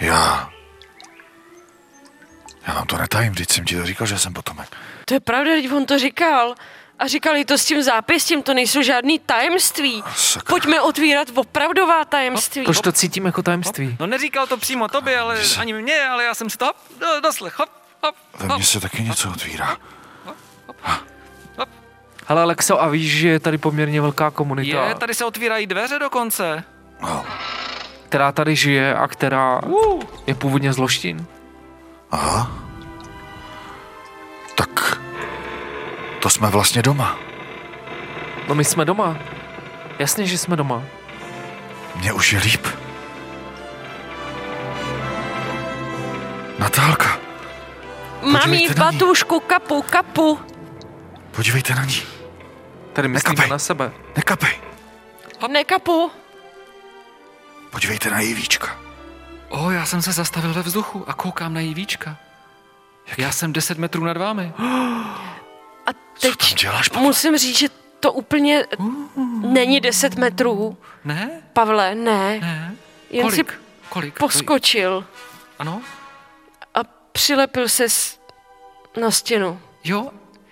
Speaker 5: Já... Já vám to netajím, vždyť jsem ti to říkal, že jsem potomek.
Speaker 4: To je pravda, teď on to říkal. A říkali to s tím zápěstím, to nejsou žádný tajemství.
Speaker 5: Sakra.
Speaker 4: Pojďme otvírat opravdová tajemství.
Speaker 6: Proč to cítím jako tajemství?
Speaker 3: No neříkal to přímo tobě, ale
Speaker 5: Že se-
Speaker 3: ani mě, ale já jsem si to hop, do- doslech, hop, hop,
Speaker 5: Ve
Speaker 3: hop.
Speaker 5: mně se taky něco otvírá.
Speaker 6: Hele, Lexo, a víš, že je tady poměrně velká komunita,
Speaker 3: Je, tady se otvírají dveře dokonce.
Speaker 5: No,
Speaker 6: která tady žije a která
Speaker 3: Uh.
Speaker 6: je původně z loštin.
Speaker 5: aha. Tak... To jsme vlastně doma.
Speaker 6: No my jsme doma. Jasně, že jsme doma.
Speaker 5: Mně už je líp. Natálka,
Speaker 4: Mám jí v
Speaker 5: podívejte na ní.
Speaker 4: batušku, kapu, kapu.
Speaker 5: podívejte na ní.
Speaker 6: Tady myslíme
Speaker 5: Nekapej.
Speaker 6: na sebe.
Speaker 5: Nekapej.
Speaker 4: Ne kapu.
Speaker 5: Podívejte na její víčka.
Speaker 3: O, já jsem se zastavil ve vzduchu a koukám na její víčka. Já jsem 10 metrů nad vámi.
Speaker 4: A
Speaker 5: Co
Speaker 4: teď
Speaker 5: tam děláš, Pavle?
Speaker 4: musím říct, že to úplně není 10 metrů.
Speaker 3: Ne,
Speaker 4: Pavle, ne.
Speaker 3: ne.
Speaker 4: Jen
Speaker 3: Kolik?
Speaker 4: si
Speaker 3: Kolik?
Speaker 4: poskočil
Speaker 3: Ano?
Speaker 4: a přilepil se s... na stěnu.
Speaker 3: Jo,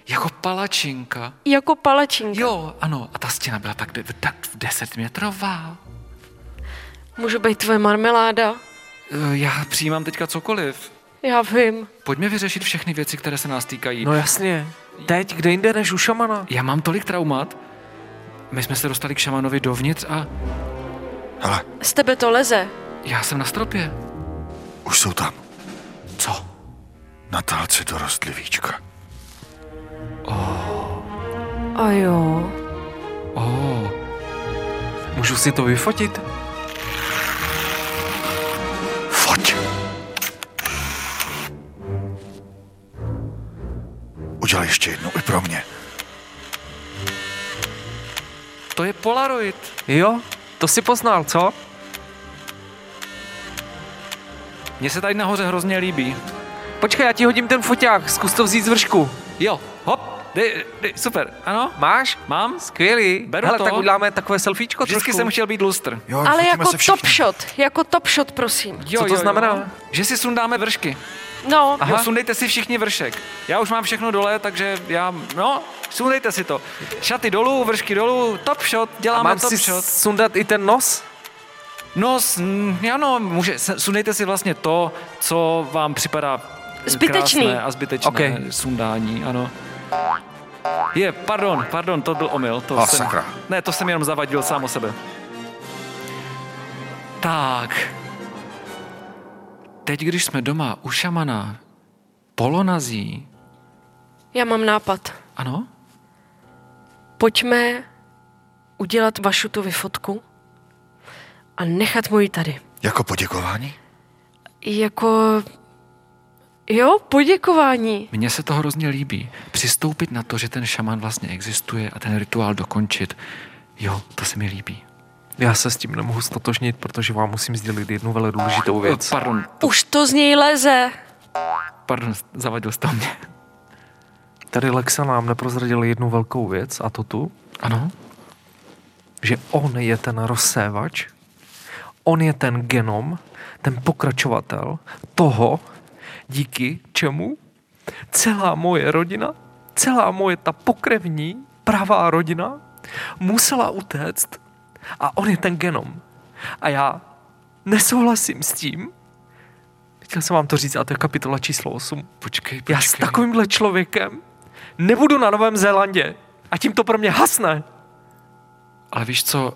Speaker 3: jako palačinka.
Speaker 4: Jako palačinka.
Speaker 3: Jo, ano, a ta stěna byla tak, de- tak desetmetrová.
Speaker 4: Může být tvoje marmeláda?
Speaker 3: E, Já přijímám teďka cokoliv.
Speaker 4: Já vím.
Speaker 3: Pojďme vyřešit všechny věci, které se nás týkají.
Speaker 6: No jasně. Teď, kde jinde než u šamana?
Speaker 3: Já mám tolik traumat. My jsme se dostali k šamanovi dovnitř a
Speaker 5: Hele,
Speaker 4: Z tebe to leze.
Speaker 3: já jsem na stropě.
Speaker 5: už jsou tam.
Speaker 3: Co?
Speaker 5: Natálce dorostly víčka.
Speaker 4: A jo.
Speaker 3: O, oh,
Speaker 6: Můžu si to vyfotit?
Speaker 5: Foť! Udělej ještě jednou i pro mě.
Speaker 3: to je Polaroid.
Speaker 6: Jo, to si poznal, co?
Speaker 3: Mně se tady nahoře hrozně líbí.
Speaker 6: Počkej, já ti hodím ten foťák, zkus to vzít z vršku.
Speaker 3: Jo, hop, dej, dej, super, ano,
Speaker 6: Máš?
Speaker 3: mám.
Speaker 6: Skvělý.
Speaker 3: Beru
Speaker 6: Hele,
Speaker 3: to.
Speaker 6: tak uděláme takové selfiečko
Speaker 3: Vždycky
Speaker 6: trošku.
Speaker 3: jsem chtěl být lustr.
Speaker 5: Jo,
Speaker 4: Ale
Speaker 5: fotíme
Speaker 4: jako
Speaker 5: se všichni.
Speaker 4: top shot. Jako top shot, prosím.
Speaker 3: Jo,
Speaker 6: to znamená?
Speaker 3: Že si sundáme vršky.
Speaker 4: No,
Speaker 3: Aha.
Speaker 6: Aha.
Speaker 3: Jo, sundejte si všichni vršek. Já už mám všechno dole, takže já, no, sundejte si to. Šaty dolů, vršky dolů, top shot,
Speaker 6: A
Speaker 3: děláme
Speaker 6: mám
Speaker 3: top
Speaker 6: si
Speaker 3: shot.
Speaker 6: sundat i ten nos?
Speaker 3: No, s- mm, ano, může, s- sundejte si vlastně to, co vám připadá
Speaker 4: Zbytečný.
Speaker 3: krásné a zbytečné
Speaker 6: Okej.
Speaker 3: sundání, ano. Je, pardon, pardon, to byl omyl. To
Speaker 5: A
Speaker 6: Ah,
Speaker 3: jsem,
Speaker 5: sakra.
Speaker 3: Ne, to jsem jenom zavadil sám o sebe. Tak. Teď, když jsme doma u šamana, polonazí,
Speaker 4: Já mám nápad.
Speaker 3: ano?
Speaker 4: Pojďme udělat vašu tu vyfotku a nechat mu ji tady.
Speaker 5: Jako poděkování?
Speaker 4: Jako... Jo, poděkování.
Speaker 3: Mně se to hrozně líbí. Přistoupit na to, že ten šaman vlastně existuje a ten rituál dokončit. Jo, to se mi líbí.
Speaker 6: Já se s tím nemohu stotožnit, protože vám musím sdělit jednu velmi důležitou
Speaker 3: Eh,
Speaker 6: věc.
Speaker 3: Pardon,
Speaker 4: Už to z něj leze.
Speaker 3: No pardon, zavadil jste o mě.
Speaker 6: Tady Lexa nám neprozradil jednu velkou věc a to tu,
Speaker 3: Ano?
Speaker 6: že on je ten rozsévač, on je ten genom, ten pokračovatel toho, díky čemu celá moje rodina, celá moje ta pokrevní pravá rodina musela utéct a on je ten genom. A já nesouhlasím s tím, chtěl jsem vám to říct, a to je kapitola číslo 8,
Speaker 3: Počkej, počkej.
Speaker 6: já s takovýmhle člověkem nebudu na Novém Zélandě. A tím to pro mě hasne.
Speaker 3: Ale víš co?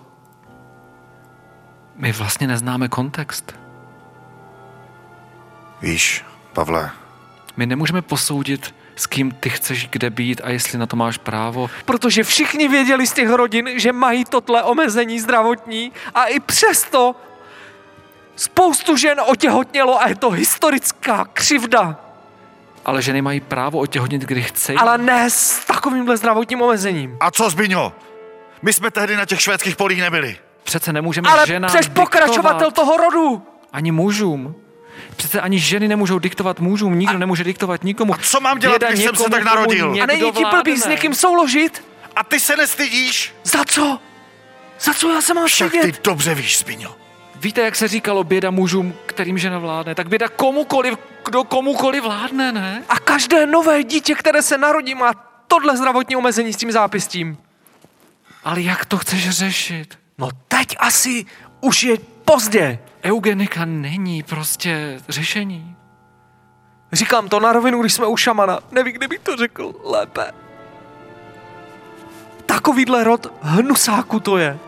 Speaker 3: My vlastně neznáme kontext.
Speaker 5: Víš, Pavle,
Speaker 3: My nemůžeme posoudit, s kým ty chceš kde být a jestli na to máš právo.
Speaker 6: Protože všichni věděli z těch rodin, že mají tohle omezení zdravotní a i přesto spoustu žen otěhotnělo a je to historická křivda.
Speaker 3: Ale ženy mají právo otěhodnit, kdy chcejí.
Speaker 6: Ale ne s takovýmhle zdravotním omezením.
Speaker 5: a co Zbyňo? My jsme tehdy na těch švédských polích nebyli.
Speaker 3: Přece nemůžeme
Speaker 6: Ale
Speaker 3: ženám
Speaker 6: přeš pokračovatel
Speaker 3: diktovat.
Speaker 6: toho rodu.
Speaker 3: Ani mužům. Přece ani ženy nemůžou diktovat mužům, nikdo nemůže diktovat nikomu. A
Speaker 5: co mám dělat, když jsem se tak narodil?
Speaker 6: A není ti blbý s někým souložit?
Speaker 5: A ty se nestydíš?
Speaker 6: Za co? Za co já se mám
Speaker 5: Však
Speaker 6: stydět?
Speaker 5: ty dobře víš, Zbyňo.
Speaker 3: Víte, jak se říkalo běda mužům, kterým žena vládne? Tak běda komukoliv, kdo komukoliv vládne, ne?
Speaker 6: A každé nové dítě, které se narodí, má tohle zdravotní omezení s tím zápěstím.
Speaker 3: Ale jak to chceš řešit?
Speaker 6: No teď asi už je pozdě.
Speaker 3: Eugenika není prostě řešení.
Speaker 6: Říkám to na rovinu, když jsme u šamana. Nevím, kde bych to řekl lépe. Takovýhle rod hnusáku to je.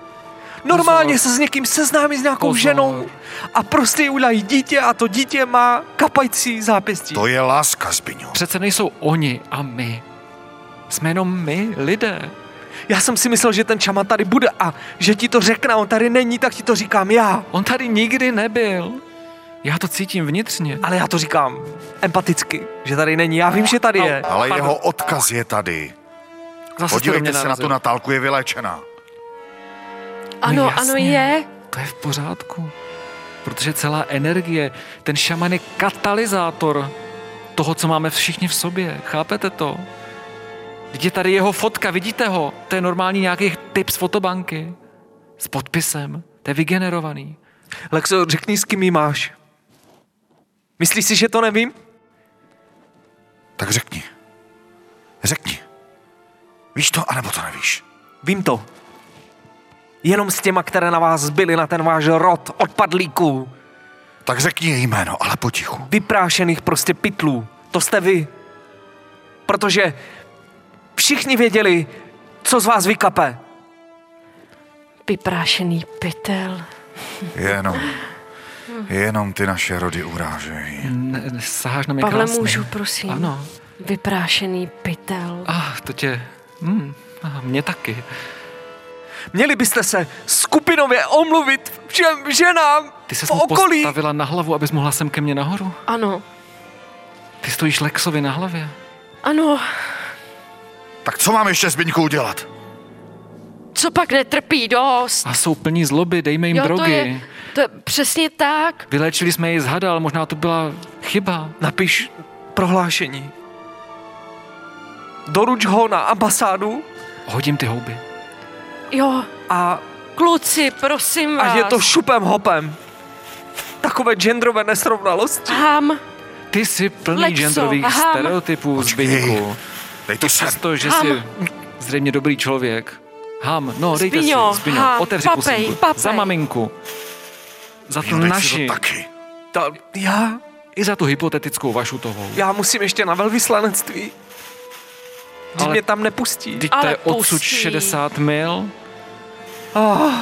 Speaker 6: Normálně
Speaker 3: Pozor.
Speaker 6: se s někým seznámí s nějakou
Speaker 3: Pozor.
Speaker 6: ženou a prostě jí udělají dítě a to dítě má kapající zápěstí.
Speaker 5: To je láska, Zbyňo.
Speaker 3: Přece nejsou oni a my. Jsme jenom my, lidé.
Speaker 6: Já jsem si myslel, že ten šaman tady bude a že ti to řekne, a on tady není, tak ti to říkám já.
Speaker 3: On tady nikdy nebyl. Já to cítím vnitřně.
Speaker 6: Ale já to říkám empaticky, že tady není. Já vím, že tady je.
Speaker 5: Ale
Speaker 3: Pardon.
Speaker 5: jeho odkaz je tady.
Speaker 3: Zase jste do mě
Speaker 5: Podívejte se na
Speaker 3: narazil.
Speaker 5: tu Natálku, je vyléčená.
Speaker 4: Ano,
Speaker 3: jasně.
Speaker 4: ano, je.
Speaker 3: To je v pořádku. Protože celá energie, ten šaman je katalyzátor toho, co máme všichni v sobě. Chápete to? Teď je tady jeho fotka, vidíte ho? To je normální nějaký typ z fotobanky. S podpisem. To je vygenerovaný.
Speaker 6: Lexo, řekni, s kým ji máš. Myslíš si, že to nevím?
Speaker 5: Tak řekni. Řekni. Víš to, anebo to nevíš?
Speaker 6: Vím to. Jenom s těma, které na vás zbyly, na ten váš rod odpadlíků,
Speaker 5: Tak řekni její jméno, ale potichu.
Speaker 6: vyprášených prostě pitlů. To jste vy. Protože všichni věděli, co z vás vykape.
Speaker 4: Vyprášený pytel.
Speaker 5: Jenom, jenom ty naše rody urážejí.
Speaker 3: Ne, ne, saháš na mě
Speaker 4: Pavle,
Speaker 3: krásný.
Speaker 4: můžu, prosím?
Speaker 3: Ano.
Speaker 4: Vyprášený pytel.
Speaker 3: Ah, to tě... Hmm. Ah, mě taky.
Speaker 6: Měli byste se skupinově omluvit všem ženám
Speaker 3: Ty
Speaker 6: v
Speaker 3: se mu
Speaker 6: okolí.
Speaker 3: postavila na hlavu, abys mohla sem ke mně nahoru.
Speaker 4: Ano,
Speaker 3: Ty stojíš Lexovi na hlavě.
Speaker 4: ano.
Speaker 5: Tak co mám ještě Zbyňku udělat?
Speaker 4: Co pak netrpí dost?
Speaker 3: A jsou plní zloby, dejme jim drogy.
Speaker 4: to je, to je přesně tak.
Speaker 3: Vylečili jsme ji z hada, ale možná to byla chyba.
Speaker 6: Napiš prohlášení. Doruč ho na ambasádu
Speaker 3: Hodím ty houby.
Speaker 4: Jo,
Speaker 6: a
Speaker 4: kluci, prosím vás.
Speaker 6: ať je to šupem hopem. Takové genderové nesrovnalosti.
Speaker 4: Ham.
Speaker 3: Ty jsi plný
Speaker 4: Lexo,
Speaker 3: genderových
Speaker 4: ham.
Speaker 3: stereotypů,
Speaker 5: Počkej.
Speaker 3: Zbyňku.
Speaker 5: Dej to sem.
Speaker 3: Přesto, že
Speaker 4: Ham.
Speaker 3: jsi zřejmě dobrý člověk. Ham, no dejte
Speaker 4: Zbyňo,
Speaker 3: si, Zbyňo,
Speaker 4: ham,
Speaker 3: otevři
Speaker 4: papej,
Speaker 3: pusinku.
Speaker 4: papej.
Speaker 3: Za maminku.
Speaker 6: Za to
Speaker 5: Jo, teď Hm, si
Speaker 6: naši.
Speaker 5: to taky.
Speaker 3: Ta, já?
Speaker 6: I za tu hypotetickou vašutovou.
Speaker 3: Já musím ještě na velvyslanectví. Ale...
Speaker 6: Ale-
Speaker 3: mě tam nepustí.
Speaker 6: Teď to
Speaker 4: Ale
Speaker 6: je odsud
Speaker 4: pustí.
Speaker 6: 60 mil.
Speaker 3: Ah,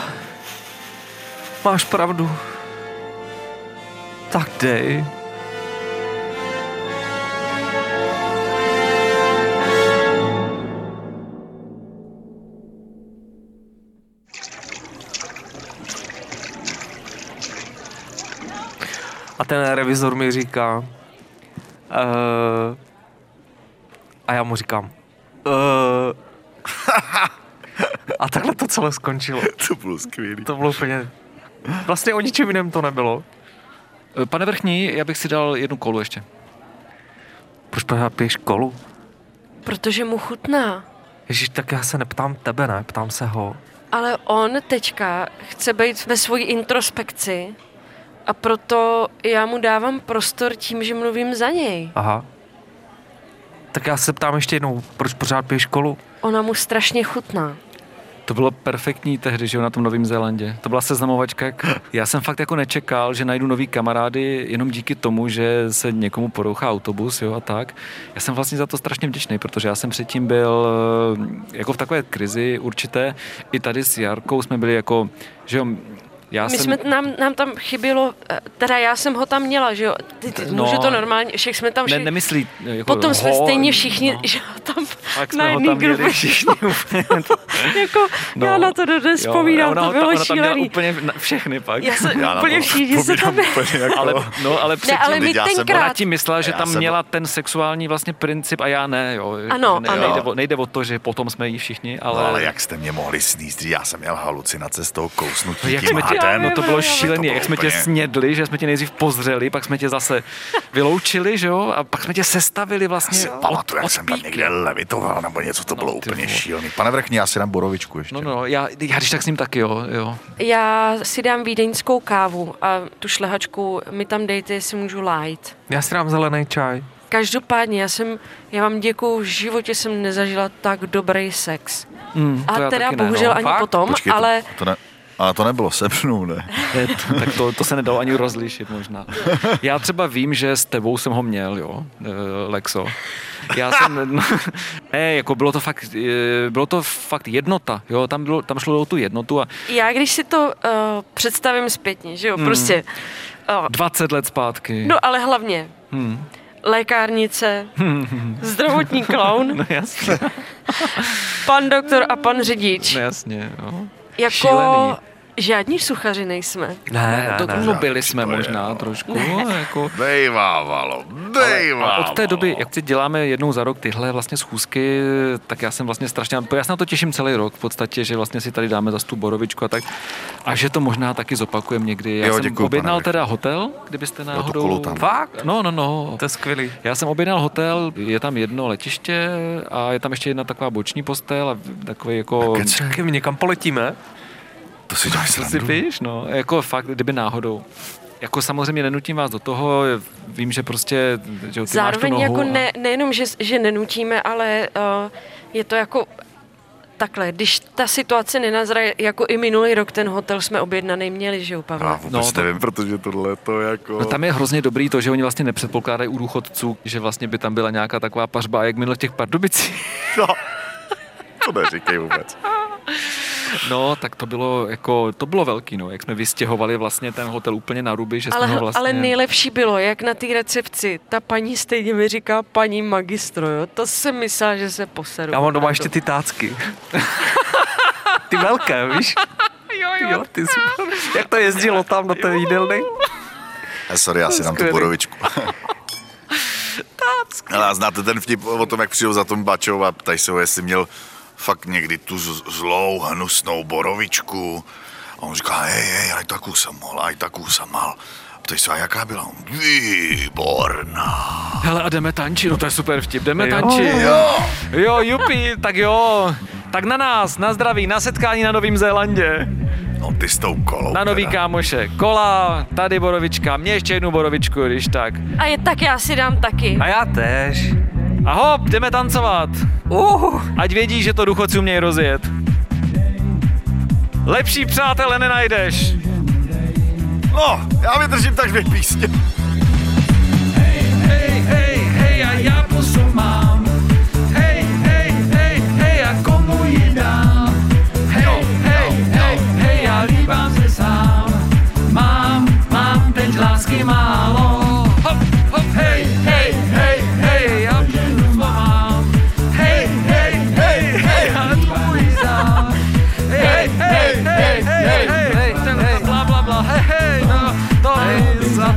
Speaker 3: máš pravdu. Tak dej. A ten revizor mi říká, uh, a já mu říkám, uh, a takhle to celé skončilo.
Speaker 5: To bylo skvělý.
Speaker 3: To bylo úplně... Vlastně o ničem jiném to nebylo.
Speaker 6: Eh, Pane vrchní, já bych si dal jednu kolu ještě.
Speaker 3: Proč pořád piješ kolu?
Speaker 4: protože mu chutná.
Speaker 3: Ježíš, tak já se neptám tebe, ne? Ptám se ho.
Speaker 4: Ale on teďka chce být ve svojí introspekci a proto já mu dávám prostor tím, že mluvím za něj.
Speaker 3: Aha. Tak já se ptám ještě jednou, proč pořád piješ kolu?
Speaker 4: Ona mu strašně chutná.
Speaker 6: To bylo perfektní tehdy, že jo, na tom Novém Zélandě. To byla seznamovačka. jak- Já jsem fakt jako nečekal, že najdu nový kamarády jenom díky tomu, že se někomu porouchá autobus, jo, a tak. Já jsem vlastně za to strašně vděčný, protože já jsem předtím byl eh, jako v takové krizi určité. I tady s Jarkou jsme byli jako, že jo, já
Speaker 4: My
Speaker 6: jsem...
Speaker 4: jsme, nám, nám tam chybělo, eh, teda já jsem ho tam měla, že jo? Ty, ty,
Speaker 6: No.
Speaker 4: no, můžu to normálně, však jsme tam
Speaker 6: Ne,
Speaker 4: všichni.
Speaker 6: nemyslí, jako,
Speaker 4: Potom jsme
Speaker 6: ho-
Speaker 4: stejně všichni,
Speaker 6: no.
Speaker 4: že ho tam
Speaker 6: Tak
Speaker 4: na
Speaker 6: jsme ho
Speaker 4: jedný
Speaker 6: tam měli
Speaker 4: grupě.
Speaker 6: všichni.
Speaker 4: jako, no, já na to dodnes
Speaker 6: Jo,
Speaker 4: vzpomínám,
Speaker 6: ona
Speaker 4: to
Speaker 6: ho-
Speaker 4: bylo
Speaker 6: ona tam měla
Speaker 4: šílený.
Speaker 6: úplně na- všechny pak.
Speaker 4: Já jsem
Speaker 5: Já na
Speaker 4: úplně
Speaker 5: to
Speaker 4: všichni se tam...
Speaker 5: vzpomínám úplně jako-
Speaker 6: Ale, no, ale předtím,
Speaker 4: ale my
Speaker 5: Teď já jsem-
Speaker 6: Ona
Speaker 4: tenkrát...
Speaker 6: ti myslela, že
Speaker 5: Já
Speaker 6: tam
Speaker 5: jsem-
Speaker 6: měla ten sexuální vlastně princip a já ne, jo.
Speaker 4: Ano,
Speaker 6: Že ne,
Speaker 4: ano.
Speaker 6: Nejde, o, nejde o to, že potom jsme jí všichni, ale...
Speaker 5: No, Ale jak jste mě mohli sníst, já jsem měl halucinace z toho kousnutí
Speaker 6: jak
Speaker 5: tím
Speaker 6: jsme tě,
Speaker 5: hadem.
Speaker 6: no to bylo
Speaker 5: To
Speaker 6: šílené,
Speaker 5: bylo
Speaker 6: jak jsme tě
Speaker 5: úplně-
Speaker 6: snědli, že jsme tě nejdřív pozřeli, pak jsme tě zase vyloučili, že jo, a pak jsme tě sestavili
Speaker 5: Já si
Speaker 6: vlastně od,
Speaker 5: pamatuju, jak
Speaker 6: od
Speaker 5: jsem tam
Speaker 6: píky.
Speaker 5: někde levitoval, nebo něco, to bylo
Speaker 6: No, ty
Speaker 5: úplně
Speaker 6: vole.
Speaker 5: šílený. Pane Vrchní, já si dám borovičku ještě.
Speaker 6: No, no, já, já když tak s ním taky, jo, jo.
Speaker 4: Já si dám vídeňskou kávu a tu šlehačku mi tam dejte, jestli můžu lájit.
Speaker 3: Já si dám zelený čaj.
Speaker 4: Každopádně, já jsem, já vám děkuju, v životě jsem nezažila tak dobrý sex.
Speaker 6: Mm, to
Speaker 4: A
Speaker 6: já
Speaker 4: teda
Speaker 6: taky ne,
Speaker 4: bohužel
Speaker 6: no.
Speaker 4: ani
Speaker 6: Fakt?
Speaker 4: potom,
Speaker 5: Počkej,
Speaker 4: ale
Speaker 5: To, to ne, ale to nebylo se mnou, ne?
Speaker 6: Ne, t- tak to, to se nedalo ani rozlišit možná. Já třeba vím, že s tebou jsem ho měl, jo, eh, Lexo. Já jsem, no, ne, jako bylo to fakt, eh, bylo to fakt jednota, jo, tam, bylo, tam šlo o tu jednotu a
Speaker 4: já když si to uh, představím zpětně,
Speaker 6: Hmm.
Speaker 4: že jo, prostě. Uh,
Speaker 6: 20 let zpátky.
Speaker 4: no ale hlavně,
Speaker 6: Hmm.
Speaker 4: lékárnice, zdravotní klaun,
Speaker 6: No jasně,
Speaker 4: pan doktor a pan řidič.
Speaker 6: no jasně, jo.
Speaker 4: Jako
Speaker 6: šílený.
Speaker 4: žádní suchaři nejsme.
Speaker 3: Ne,
Speaker 6: To, no, byli jsme
Speaker 5: to je,
Speaker 6: možná
Speaker 5: no.
Speaker 6: trošku, ale jako...
Speaker 5: Dejvávalo, dejvávalo.
Speaker 6: A od té doby, jak si děláme jednou za rok tyhle vlastně schůzky, tak já jsem vlastně strašně, já se na to těším celý rok v podstatě, že vlastně si tady dáme za tu borovičku a tak. A že to možná taky zopakujeme někdy. Já
Speaker 5: Jo,
Speaker 6: jsem
Speaker 5: děkuju,
Speaker 6: objednal
Speaker 5: pane Vych.
Speaker 6: teda hotel, kdybyste náhodou...
Speaker 5: kolo tam.
Speaker 3: Fakt?
Speaker 6: No, no, no.
Speaker 3: To je skvělý.
Speaker 6: Já jsem objednal hotel, je tam jedno letiště a je tam ještě jedna taková boční postel a takový jako...
Speaker 5: Kece,
Speaker 3: Čekaj, my někam poletíme.
Speaker 5: to si děláš
Speaker 6: Co si
Speaker 5: srandu.
Speaker 6: víš, no, jako fakt, kdyby náhodou. Jako samozřejmě nenutím vás do toho, vím, že prostě, že jo, ty
Speaker 4: Zároveň
Speaker 6: máš tu nohu
Speaker 4: jako
Speaker 6: a-
Speaker 4: ne, nejenom, že, že nenutíme, ale uh, je to jako takhle, když ta situace nenazraje, jako i minulý rok ten hotel jsme objednaný měli, že jo,
Speaker 5: Já
Speaker 4: Pavle?
Speaker 5: vůbec
Speaker 6: No, to-
Speaker 5: nevím, protože tohle to jako...
Speaker 6: No tam je hrozně dobrý to, že oni vlastně nepředpokládají u důchodců, že vlastně by tam byla nějaká taková pařba, jak minule v těch Pardubicích.
Speaker 5: No, to neříkej vůbec.
Speaker 6: No, tak to bylo jako, to bylo velký, no, jak jsme vystěhovali vlastně ten hotel úplně na ruby, že
Speaker 4: Ale,
Speaker 6: jsme ho
Speaker 4: vlastně...
Speaker 6: vlastně...
Speaker 4: ale nejlepší bylo, jak na té recepci, ta paní stejně mi říká paní magistro, jo, to jsem myslela, že se poseru.
Speaker 3: Já mám doma ještě ty tácky. ty velké, víš?
Speaker 4: Jo, jo,
Speaker 3: Jo, ty super. Jak to jezdilo tam do té jídelny?
Speaker 5: Eh, Sorry, já si dám tu
Speaker 3: skvělý.
Speaker 5: borovičku. Ale a znáte ten vtip o tom, jak přijel za tom Bačou a ptají se ho, jestli měl fakt někdy tu z- zlou, hnusnou borovičku. A on říká, hej, hej, aj takú jsem mal, aj takú jsem mal. A ptají se, a jaká byla? On, Výborná.
Speaker 6: Hele, a jdeme tančit, no to je super vtip, jdeme
Speaker 3: Jo.
Speaker 6: tančit.
Speaker 5: Jo,
Speaker 6: Jo, jupi, tak jo. Tak na nás, na zdraví, na setkání na Novém Zélandě.
Speaker 5: no ty s tou kolou.
Speaker 6: Na nový
Speaker 5: teda.
Speaker 6: kámoše. Kola, tady borovička, mě ještě jednu borovičku, když tak.
Speaker 4: A je tak já si dám taky.
Speaker 3: A já tež.
Speaker 6: A hop, jdeme tancovat.
Speaker 3: Uh.
Speaker 6: Ať vědí, že to důchodcům mějí rozjet. Lepší přátele nenajdeš.
Speaker 5: No, já vydržím tak dvě písně.
Speaker 3: Hej, hej, hej, a já pusu mám. Hej, hej, hej, hej, a komu ji dám? Hej, hej, hej, hej, já líbám se sám. Mám, mám teď lásky málo. Hop, hop, hej, hej, hej, hej, já ženu mám. Hej, hej, hej, hej, a tvůj zám. Hej, hej, hej, hej, hej, hej, hej, bla, bla, bla, hej, hej, no, to by za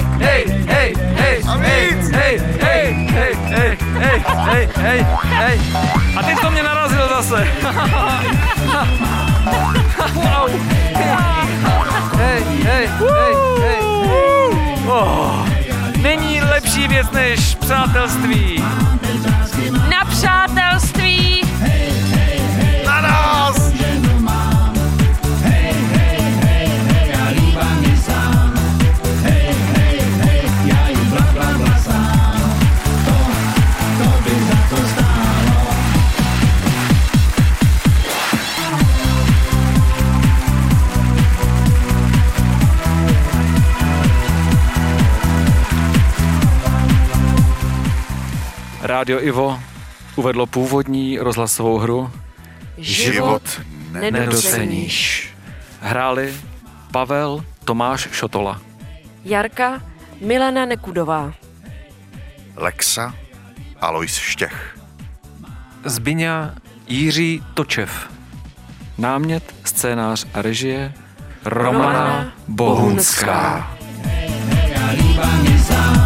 Speaker 3: hej, hej, hej, hej, hej, hej, hej, hej, hej, hej, hej, hej.
Speaker 7: A ty jsi to mě narazil zase.
Speaker 3: Hej, hej, hej, hej.
Speaker 7: Oh, není lepší věc než přátelství.
Speaker 4: Na přátelství!
Speaker 5: Na nás!
Speaker 6: Rádio Ivo uvedlo původní rozhlasovou hru
Speaker 5: Život
Speaker 4: nedoceníš.
Speaker 6: Hráli Pavel Tomáš Šotola,
Speaker 4: Jarka Milana Nekudová.
Speaker 5: Lexa Alois Štěch.
Speaker 8: Zbyňa Jiří Točev.
Speaker 6: námět, scénář a režie Romana Bohunská.
Speaker 3: Já líbám je sám.